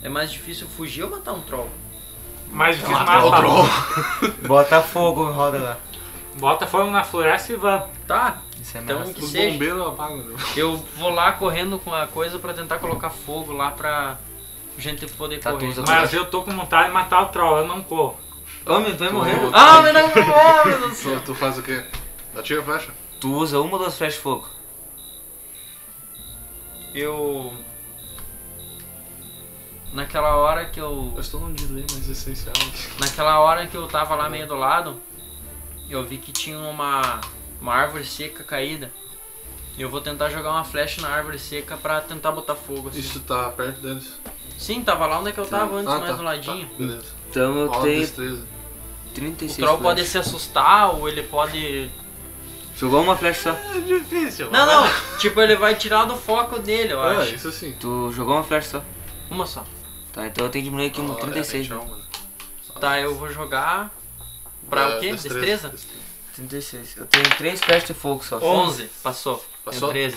Speaker 5: É mais difícil fugir ou matar um troll?
Speaker 4: Mas
Speaker 7: Ah,
Speaker 4: fiz
Speaker 7: tá
Speaker 2: o
Speaker 4: uma
Speaker 2: troll.
Speaker 3: Bota fogo e roda lá.
Speaker 4: Bota fogo na floresta e vamos.
Speaker 5: Tá,
Speaker 3: Isso é
Speaker 5: Então,
Speaker 3: massa.
Speaker 5: que
Speaker 2: Os
Speaker 5: seja.
Speaker 2: bombeiros apagam. né?
Speaker 5: eu vou lá correndo com a coisa pra tentar colocar fogo lá pra gente poder
Speaker 3: Tá, tu
Speaker 5: correr.
Speaker 3: usa-
Speaker 4: Mas eu tô com vontade de matar o troll, eu não corro.
Speaker 3: Homem, tu vai morrer.
Speaker 2: Tu-
Speaker 5: Ah, mas não, não, meu Deus do céu.
Speaker 2: Tu, tu faz o quê? Atira a flecha?
Speaker 3: Tu usa uma ou duas flechas de fogo?
Speaker 5: eu. Naquela hora que eu.
Speaker 2: Eu estou num é dilema existencial.
Speaker 5: Naquela hora que eu tava lá meio do lado, eu vi que tinha uma, uma árvore seca caída. E eu vou tentar jogar uma flecha na árvore seca pra tentar botar fogo. Assim.
Speaker 2: Isso tá perto deles?
Speaker 5: Sim, tava lá onde é que eu tava antes,
Speaker 2: Ah,
Speaker 5: mais
Speaker 2: tá,
Speaker 5: do ladinho.
Speaker 2: tá, beleza.
Speaker 3: Então eu
Speaker 2: Rola
Speaker 3: tenho
Speaker 2: destreza.
Speaker 5: O
Speaker 3: 36
Speaker 5: troll pode
Speaker 3: flechas.
Speaker 5: se assustar ou ele pode.
Speaker 3: Jogou uma flecha só.
Speaker 5: Não, não! Tipo, ele vai tirar do foco dele, eu
Speaker 2: Ah,
Speaker 5: acho.
Speaker 2: isso sim.
Speaker 3: Tu jogou uma flecha só.
Speaker 5: Uma só.
Speaker 3: Tá, então eu tenho que diminuir aqui no
Speaker 2: Ah,
Speaker 3: 36.
Speaker 2: é,
Speaker 3: né?
Speaker 2: então, mano.
Speaker 5: Tá, eu vou jogar. Pra
Speaker 2: É,
Speaker 5: o quê? Destreza?
Speaker 3: 36. Eu tenho 3 flechas de fogo só.
Speaker 5: 11. Passou.
Speaker 2: Passou?
Speaker 5: Passou? 13.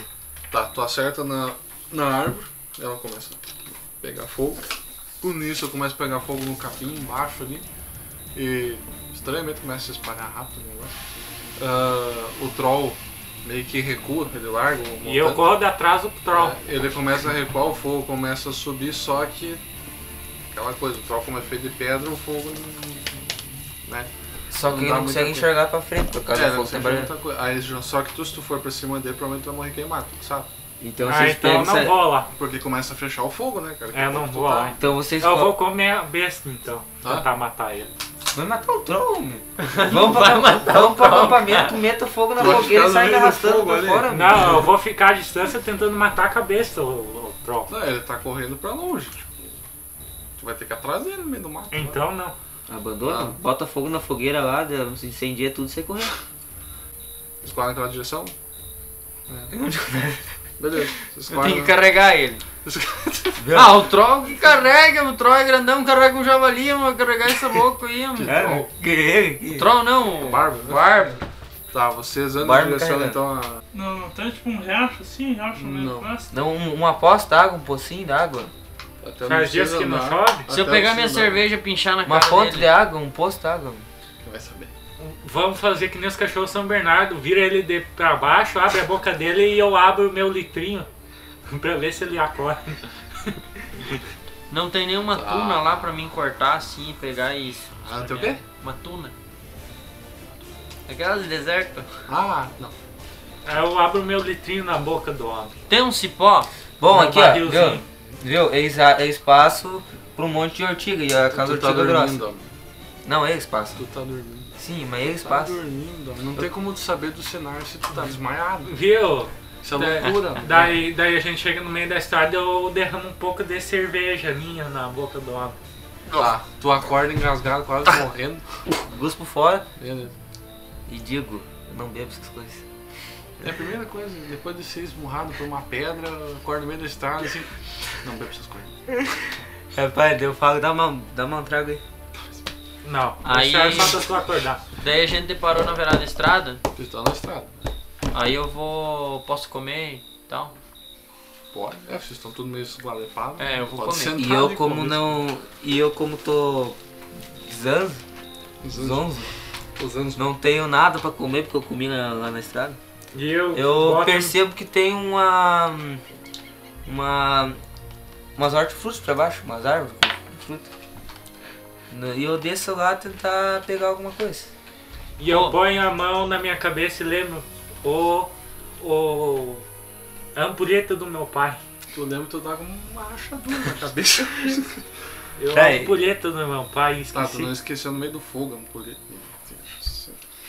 Speaker 2: Tá, tu acerta na, na árvore, ela começa a pegar fogo. Com isso eu começo a pegar fogo no capim embaixo ali. E estranhamente começa a se espalhar rápido o negócio. Ah, o troll meio que recua, ele larga o
Speaker 4: E eu
Speaker 2: montante.
Speaker 4: corro de atrás do troll.
Speaker 2: É, Ele começa a recuar, o fogo começa a subir, só que aquela coisa, o troll como é feito de pedra, o fogo não- né?
Speaker 3: Só que
Speaker 2: Não
Speaker 3: ele
Speaker 2: dá
Speaker 3: não
Speaker 2: muita
Speaker 3: consegue
Speaker 2: coisa.
Speaker 3: enxergar pra frente por causa
Speaker 2: É,
Speaker 3: do
Speaker 2: não
Speaker 3: fogo tem
Speaker 2: serve pra
Speaker 3: barulho.
Speaker 2: muita coisa. Aí, só que tu, se tu for pra cima dele, provavelmente tu vai morrer queimado, sabe?
Speaker 3: Então
Speaker 4: ah,
Speaker 3: vocês
Speaker 4: então
Speaker 3: pegam.
Speaker 4: não
Speaker 3: essa-
Speaker 4: vou lá.
Speaker 2: Porque começa a fechar o fogo, né, cara?
Speaker 4: É, eu não
Speaker 2: Tu
Speaker 4: vou
Speaker 2: tá-
Speaker 4: lá.
Speaker 3: Então vocês
Speaker 4: Eu
Speaker 3: co-
Speaker 4: vou comer a besta então.
Speaker 2: Ah.
Speaker 4: Tentar matar ele.
Speaker 3: Vai matar o troll, meu. Vamos pra, vamos pra acampamento, meta fogo na
Speaker 2: Tu vai
Speaker 3: fogueira e
Speaker 2: ficar no
Speaker 3: sai
Speaker 2: meio do
Speaker 3: arrastando
Speaker 2: fogo
Speaker 3: pra
Speaker 2: ali.
Speaker 3: fora, meu.
Speaker 4: Não, eu vou ficar à distância tentando matar a cabeça, o, o troll.
Speaker 2: Não, ele tá correndo pra longe. Tipo, tu vai ter que ir atrás dele no meio do mato. né?
Speaker 4: Então não.
Speaker 3: Abandona,
Speaker 2: Ah.
Speaker 3: bota fogo na fogueira lá, de- se incendia tudo e sai correndo.
Speaker 2: Vocês correm né? naquela direção? É. Beleza, vocês
Speaker 5: Eu tenho
Speaker 2: correm.
Speaker 5: que carregar ele. Ah, o Troll que carrega, o Troll é grandão, carrega um javali, eu vou carregar esse louco aí, mano.
Speaker 2: Então,
Speaker 6: É,
Speaker 5: O Troll não, o
Speaker 2: Barba, né?
Speaker 5: Barba.
Speaker 2: Tá, vocês andam em
Speaker 3: Barba
Speaker 2: direção
Speaker 3: carregando.
Speaker 2: então a.
Speaker 6: Não, não, tem tipo um riacho assim, riacho no meio
Speaker 2: Não.
Speaker 6: do pasto.
Speaker 3: Não, um- uma poça d'água, um pocinho d'água.
Speaker 2: Até onde
Speaker 4: Faz
Speaker 2: vocês
Speaker 4: dias que não
Speaker 2: andaram.
Speaker 4: chove.
Speaker 5: Se eu
Speaker 2: Até
Speaker 5: pegar
Speaker 2: onde
Speaker 5: minha
Speaker 2: vocês andaram.
Speaker 5: cerveja e pinchar na
Speaker 3: Uma
Speaker 5: cara
Speaker 3: fonte de
Speaker 5: dele,
Speaker 3: água, um poço d'água. meu.
Speaker 2: Quem Vai saber.
Speaker 4: Vamos fazer que nem os cachorros São Bernardo. Vira ele de pra baixo, abre a boca dele e eu abro o meu litrinho. Pra ver se ele acorda.
Speaker 5: não tem
Speaker 3: Ah.
Speaker 5: nenhuma
Speaker 2: Tá.
Speaker 5: tuna lá pra mim cortar assim, pegar isso.
Speaker 2: Ah, tem o quê?
Speaker 5: Uma tuna. Aquelas de deserto.
Speaker 2: Ah, não.
Speaker 4: Aí eu abro o meu litrinho na boca do homem.
Speaker 5: Tem um cipó?
Speaker 3: Bom,
Speaker 4: Meu
Speaker 3: aqui ó, viu?
Speaker 4: barrilzinho.
Speaker 3: Viu? É, isa- é espaço pra um monte de ortiga e a casa
Speaker 2: tu tá
Speaker 3: ortiga é grossa.
Speaker 2: dormindo, homem.
Speaker 3: Não, é espaço.
Speaker 2: Tu tá dormindo.
Speaker 3: Sim, mas é
Speaker 2: Tá
Speaker 3: espaço.
Speaker 2: dormindo, homem. Não tem como tu saber do cenário se tu tá desmaiado.
Speaker 4: Viu?
Speaker 2: Isso é loucura. homem.
Speaker 4: Daí, daí a gente chega no meio da estrada eu derramo um pouco de cerveja minha na boca do homem.
Speaker 2: Tá, tu acorda engasgado, quase morrendo.
Speaker 3: Guspo fora
Speaker 2: Beleza.
Speaker 3: e digo, eu não bebo essas coisas.
Speaker 2: É a primeira coisa, depois de ser esmurrado por uma pedra, acorda no meio da estrada assim. Não bebe essas coisas.
Speaker 3: Rapaz, É, eu falo, dá uma, dá uma trago aí.
Speaker 4: Não,
Speaker 5: Aí-
Speaker 4: deixaram só pra tu acordar.
Speaker 5: Daí a gente parou na beirada da estrada,
Speaker 2: Tu tá na estrada.
Speaker 5: aí eu vou. posso comer e tal.
Speaker 2: Pode. É, vocês estão tudo meio esgualepados.
Speaker 5: É, eu vou
Speaker 2: Pode
Speaker 5: comer.
Speaker 2: sentar
Speaker 3: E eu
Speaker 2: ali,
Speaker 3: como
Speaker 2: comer.
Speaker 3: não. E eu como tô. Zanzo,
Speaker 2: Os anos,
Speaker 3: zonzo,
Speaker 2: os anos
Speaker 3: não tenho nada pra comer porque eu comi na- lá na estrada.
Speaker 4: E eu,
Speaker 3: Eu
Speaker 2: um-
Speaker 4: boto-
Speaker 3: percebo que tem uma. Uma. Umas hortifrutas pra baixo, umas árvores com fruta. No- E eu desço lá tentar pegar alguma coisa.
Speaker 4: E eu ponho a mão na minha cabeça e lembro o. o. a ampulheta do meu pai.
Speaker 2: Tu lembra que tu tá com uma rachadura na cabeça.
Speaker 4: Eu a
Speaker 3: Peraí.
Speaker 4: ampulheta do meu pai
Speaker 2: tá, tu
Speaker 4: esqueci.
Speaker 2: não esqueceu no meio do fogo, é um por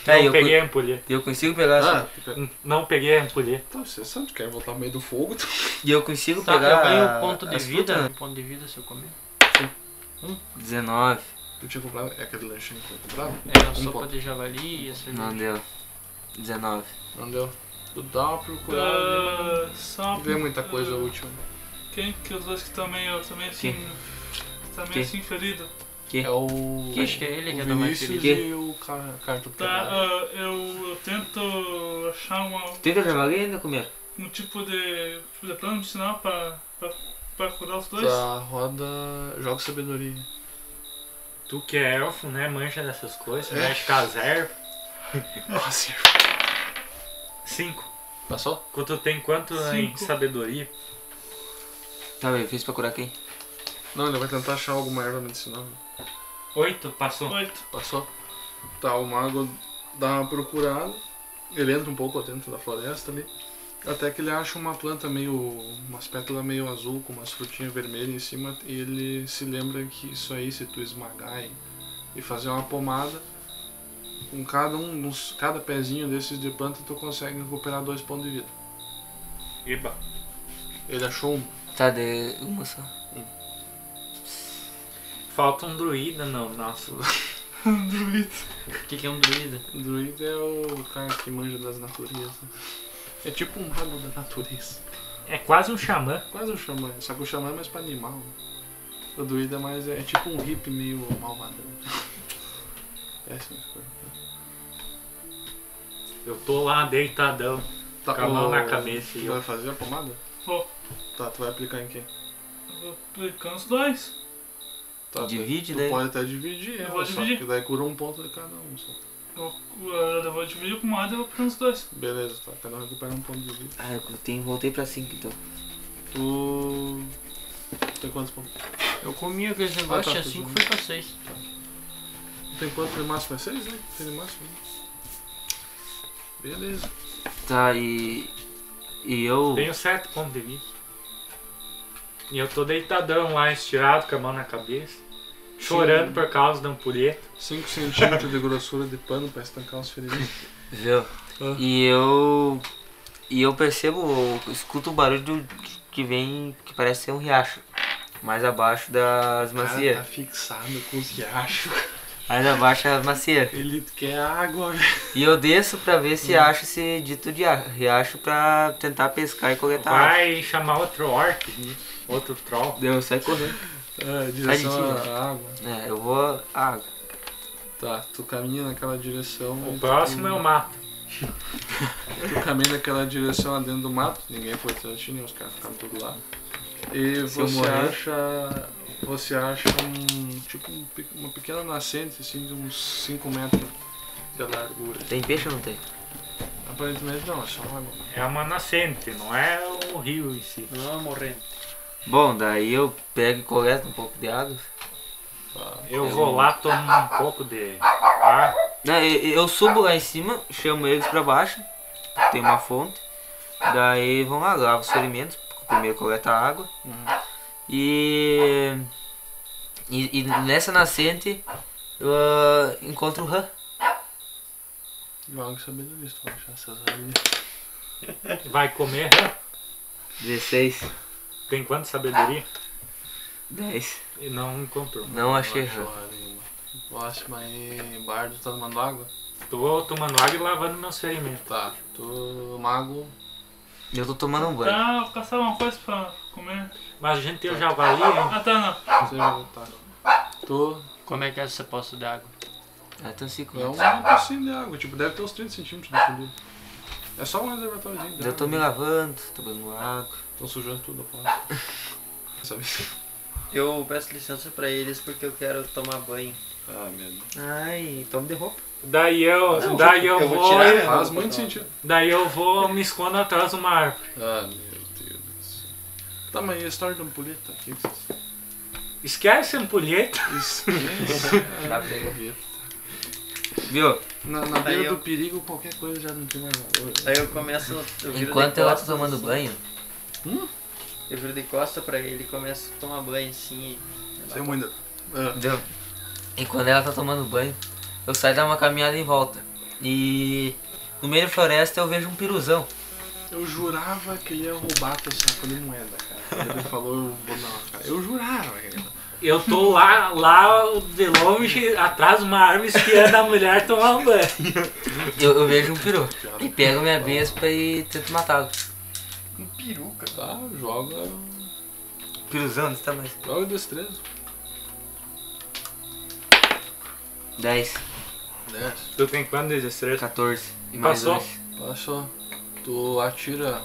Speaker 3: Aí
Speaker 4: não
Speaker 3: eu,
Speaker 4: peguei
Speaker 3: co-
Speaker 4: a ampulheta.
Speaker 3: eu consigo pegar
Speaker 2: Ah,
Speaker 3: essa-
Speaker 2: fica-
Speaker 4: Não peguei a ampulheta.
Speaker 2: tá, você sabe, tu quer voltar no meio do fogo, tu
Speaker 3: E eu consigo
Speaker 5: Tá,
Speaker 3: pegar.
Speaker 5: eu ganho ponto de
Speaker 3: as
Speaker 5: vida.
Speaker 3: frutas?
Speaker 5: Ponto de vida se eu comer.
Speaker 3: 19.
Speaker 2: Tu tinha comprado. É aquele lanchinho que tu tinha comprado?
Speaker 5: É, a
Speaker 2: Um
Speaker 5: sopa
Speaker 2: ponto.
Speaker 5: de javali e a cerveja.
Speaker 3: Não deu. 19.
Speaker 2: Não deu. Tu dá uma procurada.
Speaker 6: Ah, só
Speaker 2: Não vê muita coisa
Speaker 6: ah,
Speaker 2: útil.
Speaker 6: Quem que os dois que estão meio, tão meio assim. Tá meio
Speaker 3: Quem?
Speaker 6: assim ferido.
Speaker 2: É o.
Speaker 5: Acho que é ele que é
Speaker 2: o
Speaker 5: da mais
Speaker 2: Vinícius
Speaker 3: feliz.
Speaker 2: e o cara, cara do
Speaker 6: Tá,
Speaker 2: Pedro.
Speaker 6: ah, eu, eu tento achar uma-
Speaker 3: Tenta javali ainda comer.
Speaker 6: um tipo de, tipo de plano de sinal pra, pra, pra curar os dois.
Speaker 2: Tá, roda. Joga sabedoria.
Speaker 4: Tu que é elfo, né? Mancha dessas coisas, né,
Speaker 2: É.
Speaker 4: mexe com as ervas.
Speaker 2: Nossa,
Speaker 4: Cinco.
Speaker 2: passou?
Speaker 4: Tu tem quanto em
Speaker 6: Cinco.
Speaker 4: sabedoria?
Speaker 3: Tá, eu fiz pra curar quem?
Speaker 2: Não, ele vai tentar achar alguma erva medicinal.
Speaker 4: Oito, passou.
Speaker 6: Oito.
Speaker 2: Passou? Tá, o mago dá uma procurada. Ele entra um pouco dentro da floresta ali. Até que ele acha uma planta meio. umas pétalas meio azul com umas frutinhas vermelhas em cima e ele se lembra que isso aí, se tu esmagar e, e fazer uma pomada, com cada um, uns- cada pezinho desses de planta tu consegue recuperar dois pontos de vida.
Speaker 4: Eba.
Speaker 2: Ele achou um.
Speaker 3: Tá, de uma só.
Speaker 4: Falta um druida no nosso.
Speaker 5: O que, que é um druida?
Speaker 2: O druida é o cara que manja das naturezas. É tipo um mago da natureza.
Speaker 4: É quase um xamã.
Speaker 2: Quase um xamã, só que o xamã é mais pra animal. O druida é mais. é tipo um hippie meio malvadão. Péssima escolha.
Speaker 4: Eu tô lá deitadão,
Speaker 2: Tá,
Speaker 4: com a mão
Speaker 2: o-
Speaker 4: na cabeça e
Speaker 2: Tu
Speaker 4: eu.
Speaker 2: vai fazer a pomada?
Speaker 6: Vou.
Speaker 2: Tá, tu vai aplicar em quem?
Speaker 6: Eu vou aplicando os dois.
Speaker 2: Tá, tu-
Speaker 3: Divide né?
Speaker 2: tu
Speaker 3: daí.
Speaker 5: né?
Speaker 2: pode até dividir,
Speaker 6: Eu
Speaker 2: ela,
Speaker 6: vou
Speaker 2: só
Speaker 6: dividir.
Speaker 2: que daí cura um ponto de cada um só.
Speaker 6: Eu, eu, eu vou dividir com uma e vou aplicando os dois.
Speaker 2: Beleza, tá. Cada um recupera um ponto de vida.
Speaker 3: Ah, eu tenho, voltei pra 5 então.
Speaker 2: Tu. Tem quantos pontos?
Speaker 5: Eu comi aqueles
Speaker 2: Ah, tá,
Speaker 5: negócios, tinha
Speaker 2: tudo
Speaker 5: 5
Speaker 2: bem.
Speaker 5: foi pra 6.
Speaker 2: Tem quanto de máximo? É seis, né? Tem de máximo? né? Beleza.
Speaker 3: Tá, e. E eu.
Speaker 4: Tenho sete pontos de vida. E eu tô deitadão lá, estirado, com a mão na cabeça. Chorando por causa um da ampulheta.
Speaker 2: 5 centímetros de grossura de pano pra estancar os ferimentos.
Speaker 3: Viu?
Speaker 2: Ah.
Speaker 3: E eu. E eu percebo, eu escuto o barulho do- que vem, que parece ser um riacho. Mais abaixo das
Speaker 2: O cara tá
Speaker 3: macias.
Speaker 2: fixado com os riachos.
Speaker 3: Mais abaixo das macias.
Speaker 2: Ele quer água, velho.
Speaker 3: E eu desço pra ver se
Speaker 5: Uhum.
Speaker 3: acho esse dito de a- riacho pra tentar pescar e coletar. água.
Speaker 4: Vai chamar outro orc, né? outro troll.
Speaker 3: Deu, sai correndo.
Speaker 2: É, direção
Speaker 3: Tadinho.
Speaker 2: à água.
Speaker 3: É, eu vou. Ah,
Speaker 2: Tá, tu caminha naquela direção.
Speaker 4: O próximo é o mato.
Speaker 2: Tu caminha naquela direção lá dentro do mato, ninguém foi atrás de ti, nem os caras ficaram tudo lá. E
Speaker 3: Se eu
Speaker 2: você
Speaker 3: morrer.
Speaker 2: acha. Você acha um. Tipo um pe- uma pequena nascente, assim, de uns 5 metros de largura.
Speaker 3: tem peixe ou não tem?
Speaker 2: Aparentemente não, é só água.
Speaker 4: É uma nascente, não é o rio em si.
Speaker 5: Não, morrendo.
Speaker 3: Bom, daí eu pego e coleto um pouco de água.
Speaker 4: Eu vou lá, tomo um pouco de ar.
Speaker 3: Não, e- e eu subo lá em cima, chamo eles pra baixo, tem uma fonte. Daí vão lá, lavo os ferimentos, primeiro coleta a água.
Speaker 2: Uhum.
Speaker 3: E, e. e nessa nascente eu ah, encontro o rã.
Speaker 2: Joga sabedoria, se tu vai achar essas rainhas.
Speaker 4: Vai comer.
Speaker 3: 16,
Speaker 4: Tem quanto sabedoria?
Speaker 3: 10.
Speaker 4: E não encontrou.
Speaker 3: Não achei
Speaker 2: Não
Speaker 3: rã.
Speaker 2: achou nenhuma. Próximo aí, Bardo, tá tomando água?
Speaker 4: Tô tomando água e lavando meus ferimentos.
Speaker 2: Tá, tu, Mago,
Speaker 3: Eu tô tomando um banho.
Speaker 6: Tá, eu caçava uma coisa pra comer.
Speaker 4: Mas a gente tem o javali, hein?
Speaker 6: Ah, tá, não.
Speaker 2: você vai voltar. Tu,
Speaker 5: Como é que é essa poça d'água?
Speaker 3: Ah, tem 5
Speaker 2: é um negocinho de água, tipo, deve ter uns 30 centímetros de fundo. É só um reservatóriozinho. de
Speaker 3: Eu tô
Speaker 2: água.
Speaker 3: me lavando, tô bebendo água.
Speaker 2: Estão sujando tudo, a porta. Sabe?
Speaker 5: Eu peço licença pra eles porque eu quero tomar banho.
Speaker 2: Ah, merda.
Speaker 3: Ai, tomo de roupa.
Speaker 4: Daí eu, daí eu, vou,
Speaker 5: tirar. então.
Speaker 2: Faz muito sentido.
Speaker 4: daí eu vou me escondo atrás de uma árvore.
Speaker 2: Ah, meu Deus do céu. Tá, mas e a história da ampulheta? Que
Speaker 4: Esquece a ampulheta.
Speaker 2: esquece.
Speaker 3: Tá
Speaker 2: a
Speaker 3: bem.
Speaker 2: ampulheta.
Speaker 3: Viu?
Speaker 2: Na, na
Speaker 5: Aí
Speaker 2: beira
Speaker 5: eu-
Speaker 2: do perigo, qualquer coisa já não tem mais valor.
Speaker 5: Aí eu começo. Eu viro
Speaker 3: Enquanto
Speaker 5: de
Speaker 3: ela tá
Speaker 5: costas,
Speaker 3: tomando
Speaker 5: assim.
Speaker 3: banho,
Speaker 5: Eu viro de costa pra ele e começo a tomar banho assim.
Speaker 2: Sem muita. Ah,
Speaker 3: Entendeu? E quando ela tá tomando banho, eu saio dar uma caminhada em volta. E no meio da floresta eu vejo um piruzão.
Speaker 2: eu jurava que ele ia roubar teu saco de moeda, cara. Ele falou, eu vou não, cara. Eu jurava, cara.
Speaker 4: Eu tô lá, lá de longe, atrás de uma árvore espiando a mulher tomar um banho.
Speaker 3: Eu, eu vejo um peru. E pego minha bespa e tento matá-lo.
Speaker 2: Tá, joga.
Speaker 3: Piruzão tá desse tamanho.
Speaker 2: Joga destreza.
Speaker 3: 10,
Speaker 2: Desce.
Speaker 4: Tu tem quanto de destreza?
Speaker 3: 14 e mais
Speaker 4: Passou.
Speaker 3: dois.
Speaker 2: Passou. Tu atira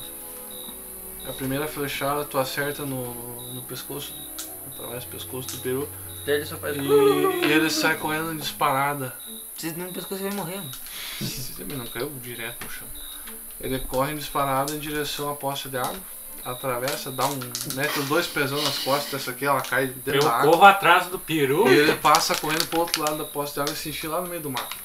Speaker 2: a primeira flechada, tu acerta no, no pescoço, atravessa o pescoço do peru
Speaker 5: Daí ele só faz.
Speaker 2: e, e ele sai correndo disparada.
Speaker 3: Vocês não pescoço vai morrer, mano.
Speaker 2: Esse também não caiu direto no chão. Ele corre disparado em direção à poça de água, atravessa, dá um. mete os dois pesão nas costas dessa aqui, ela cai dentro
Speaker 4: Eu
Speaker 2: da água.
Speaker 4: corro atrás do peru.
Speaker 2: E ele passa correndo pro outro lado da poça de água e se enche lá no meio do mato.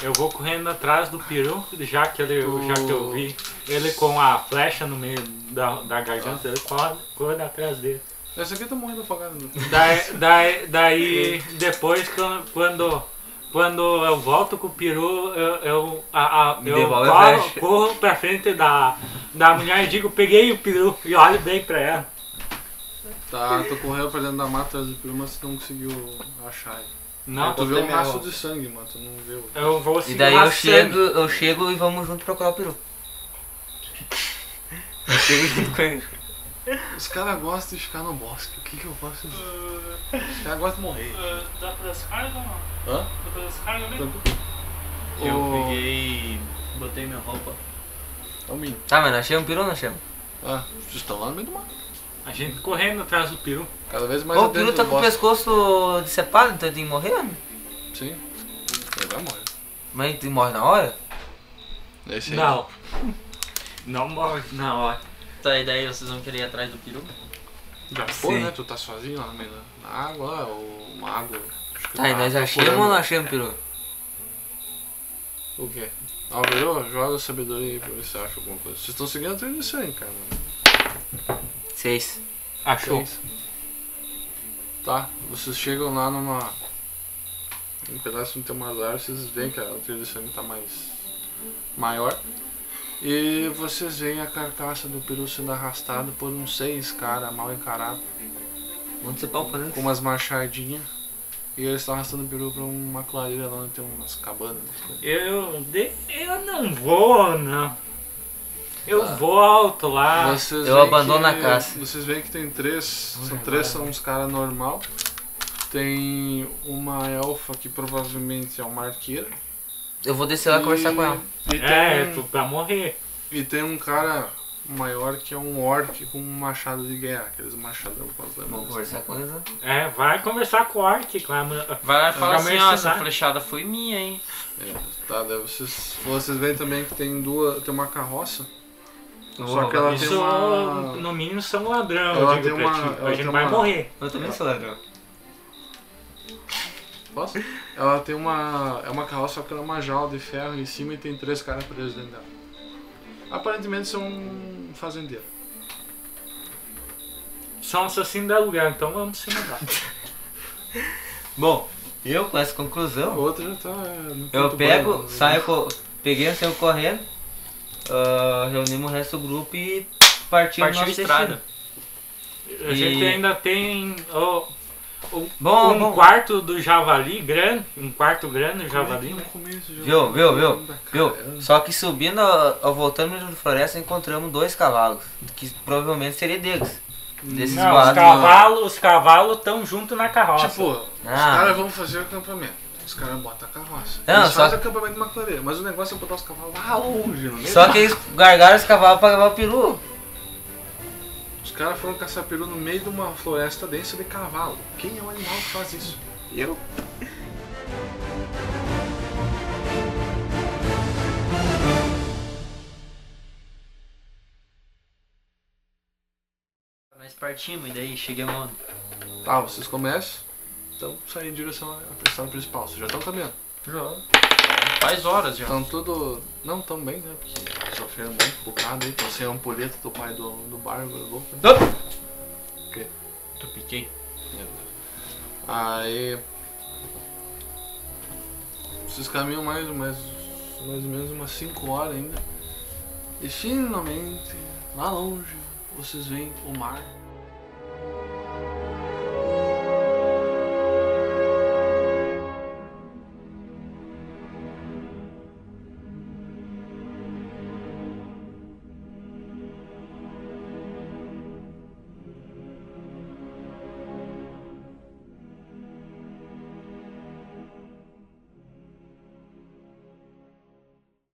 Speaker 4: Eu vou correndo atrás do peru, já que, ele, já que eu vi ele com a flecha no meio da, da garganta, eu corro, corro atrás dele.
Speaker 2: Esse aqui tá morrendo afogado. né?
Speaker 4: Daí, daí, daí depois, quando- quando, quando eu volto com o peru, eu, eu, a, a,
Speaker 3: Me
Speaker 4: eu
Speaker 3: devolve a
Speaker 4: corro,
Speaker 3: flecha.
Speaker 4: corro pra frente da, da mulher e digo: peguei o peru e olho bem pra ela.
Speaker 2: Tá, tu correu pra dentro da mata de peru, mas tu não conseguiu achar ele.
Speaker 4: Não,
Speaker 2: tu
Speaker 5: botei
Speaker 2: viu um
Speaker 5: minha
Speaker 2: rastro
Speaker 5: volta.
Speaker 2: de sangue, mano. Tu não viu.
Speaker 4: eu vou
Speaker 3: E
Speaker 4: seguir
Speaker 3: daí eu
Speaker 4: raçando.
Speaker 3: chego, eu chego e vamos junto procurar o peru. Eu chego junto com ele.
Speaker 2: Os caras gostam de ficar no bosque. O que que eu posso dizer? Os caras gostam de morrer.
Speaker 6: dá pra descarga ou não?
Speaker 2: Hã?
Speaker 6: Dá pra descarga ali?
Speaker 5: Eu
Speaker 2: Ô,
Speaker 5: peguei. Botei minha roupa.
Speaker 2: Tominho.
Speaker 3: Tá, mas nós achamos o peru ou não achamos?
Speaker 2: Ah, vocês estão lá no meio do mar.
Speaker 4: A gente correndo atrás do peru.
Speaker 2: Cada vez mais
Speaker 3: Ô, o
Speaker 2: adentro
Speaker 3: peru tá
Speaker 2: do
Speaker 3: com o
Speaker 2: bosque.
Speaker 3: pescoço decepado, então ele tem que morrer, né?
Speaker 2: Sim. Ele vai morrer.
Speaker 3: Mas ele morre na hora?
Speaker 2: Esse aí.
Speaker 4: Não. Não morre na hora.
Speaker 5: Tá, e daí vocês vão querer ir atrás do peru?
Speaker 2: Já foi,
Speaker 3: Sim.
Speaker 2: né? Tu tá sozinho lá no meio da na água, lá, ou uma água. Acho que
Speaker 3: Tá, e nós achamos ou não achamos o peru?
Speaker 2: O quê? Alvero, joga sabedoria aí pra ver se acha alguma coisa. Vocês estão seguindo a trilha de sangue, cara.
Speaker 3: Seis.
Speaker 4: Achou.
Speaker 2: É Tá, vocês chegam lá numa. Um pedaço de umas árvores, vocês veem que a trilha de sangue tá mais. maior. E vocês veem a carcaça do peru sendo arrastado por uns seis cara mal encarado,
Speaker 3: Onde você palpa, né?
Speaker 2: com umas machadinhas. E eles estão arrastando o peru pra uma clareira lá onde tem umas cabanas. umas coisas.
Speaker 4: Eu, de- eu não vou, não. Eu volto lá.
Speaker 2: Vocês
Speaker 3: Ah, eu
Speaker 2: veem
Speaker 3: abandono
Speaker 2: que-
Speaker 3: a caça.
Speaker 2: Vocês veem que tem três. São três são uns caras normal. Tem uma elfa que provavelmente é uma arqueira.
Speaker 3: Eu vou descer lá Então conversar com ela.
Speaker 2: E tem,
Speaker 4: É,
Speaker 2: um,
Speaker 4: tu pra morrer.
Speaker 2: e tem um cara maior que é um orc com um machado de guerra, aqueles machadão com as
Speaker 3: Vou
Speaker 2: lâminas.
Speaker 3: conversar com ela.
Speaker 4: É, vai conversar com o Orc, clama.
Speaker 5: Vai lá e fala
Speaker 4: Já
Speaker 5: assim, ó,
Speaker 4: mercenário.
Speaker 3: tá?
Speaker 5: essa flechada foi minha, hein?
Speaker 2: É, tá, daí vocês, vocês veem também que tem duas. Tem uma carroça.
Speaker 3: Eu vou
Speaker 2: só que
Speaker 3: roubar.
Speaker 2: ela tem
Speaker 4: Isso,
Speaker 2: uma.
Speaker 4: no mínimo, são ladrão,
Speaker 2: Ela
Speaker 4: eu digo
Speaker 2: tem
Speaker 4: pra
Speaker 2: uma-
Speaker 4: ti.
Speaker 2: ela
Speaker 4: A gente
Speaker 2: tem
Speaker 4: vai
Speaker 2: uma-
Speaker 4: morrer.
Speaker 3: Eu também sou ladrão.
Speaker 2: Posso? Ela tem uma. É uma carroça, só que ela é uma jaula de ferro em cima e tem três caras presos dentro dela. Aparentemente são um fazendeiro.
Speaker 4: São assassinos da lugar, então vamos se mudar.
Speaker 3: Bom, eu com essa conclusão,
Speaker 2: A outra já tá. no
Speaker 3: Eu
Speaker 2: quinto
Speaker 3: pego,
Speaker 2: banho.
Speaker 3: saio, co- peguei, saio correndo, ah, reunimos o resto do grupo e partimos
Speaker 5: Partiu
Speaker 3: nosso
Speaker 5: estrada.
Speaker 3: destino.
Speaker 4: A gente
Speaker 3: E-
Speaker 4: ainda tem ó, um-
Speaker 3: Bom,
Speaker 4: um
Speaker 3: bom.
Speaker 4: quarto do javali grande, um quarto grande do
Speaker 2: é
Speaker 4: javali. né?
Speaker 2: Não comi isso, já. Tá
Speaker 3: Viu, viu,
Speaker 5: Hum,
Speaker 3: viu,
Speaker 2: Caramba,
Speaker 3: viu?
Speaker 2: caramba.
Speaker 3: Só que subindo, ó, ó, voltando no meio da floresta, encontramos dois cavalos, que provavelmente seria deles. Desses
Speaker 4: Não, os
Speaker 3: balados.
Speaker 4: cavalos, os cavalos estão junto na carroça.
Speaker 2: Tipo, os
Speaker 3: Ah.
Speaker 2: caras vão fazer o acampamento. Os caras botam a carroça.
Speaker 3: Não,
Speaker 2: eles
Speaker 3: só-
Speaker 2: fazem acampamento numa clareira, mas o negócio é botar os cavalos lá longe, né? no meio.
Speaker 3: Só que eles gargaram os cavalos pra levar o peru.
Speaker 2: Os caras foram caçar peru no meio de uma floresta densa de cavalo. Quem é o animal que faz isso? Eu?
Speaker 5: Nós partimos, e daí chegamos onde?
Speaker 2: Tá, vocês começam. Então saem em direção à estrada principal. Vocês já estão caminhando.
Speaker 5: Faz horas já.
Speaker 2: Estão tudo. Não tão bem, né? Porque sofreram muito bocado aí. Estão sem a ampulheta do pai do, do Bárbaro, louco. né?
Speaker 5: Tu piquei.
Speaker 2: Aí. Vocês caminham mais, mais, mais ou menos umas 5 horas ainda. E finalmente, lá longe, vocês veem o mar.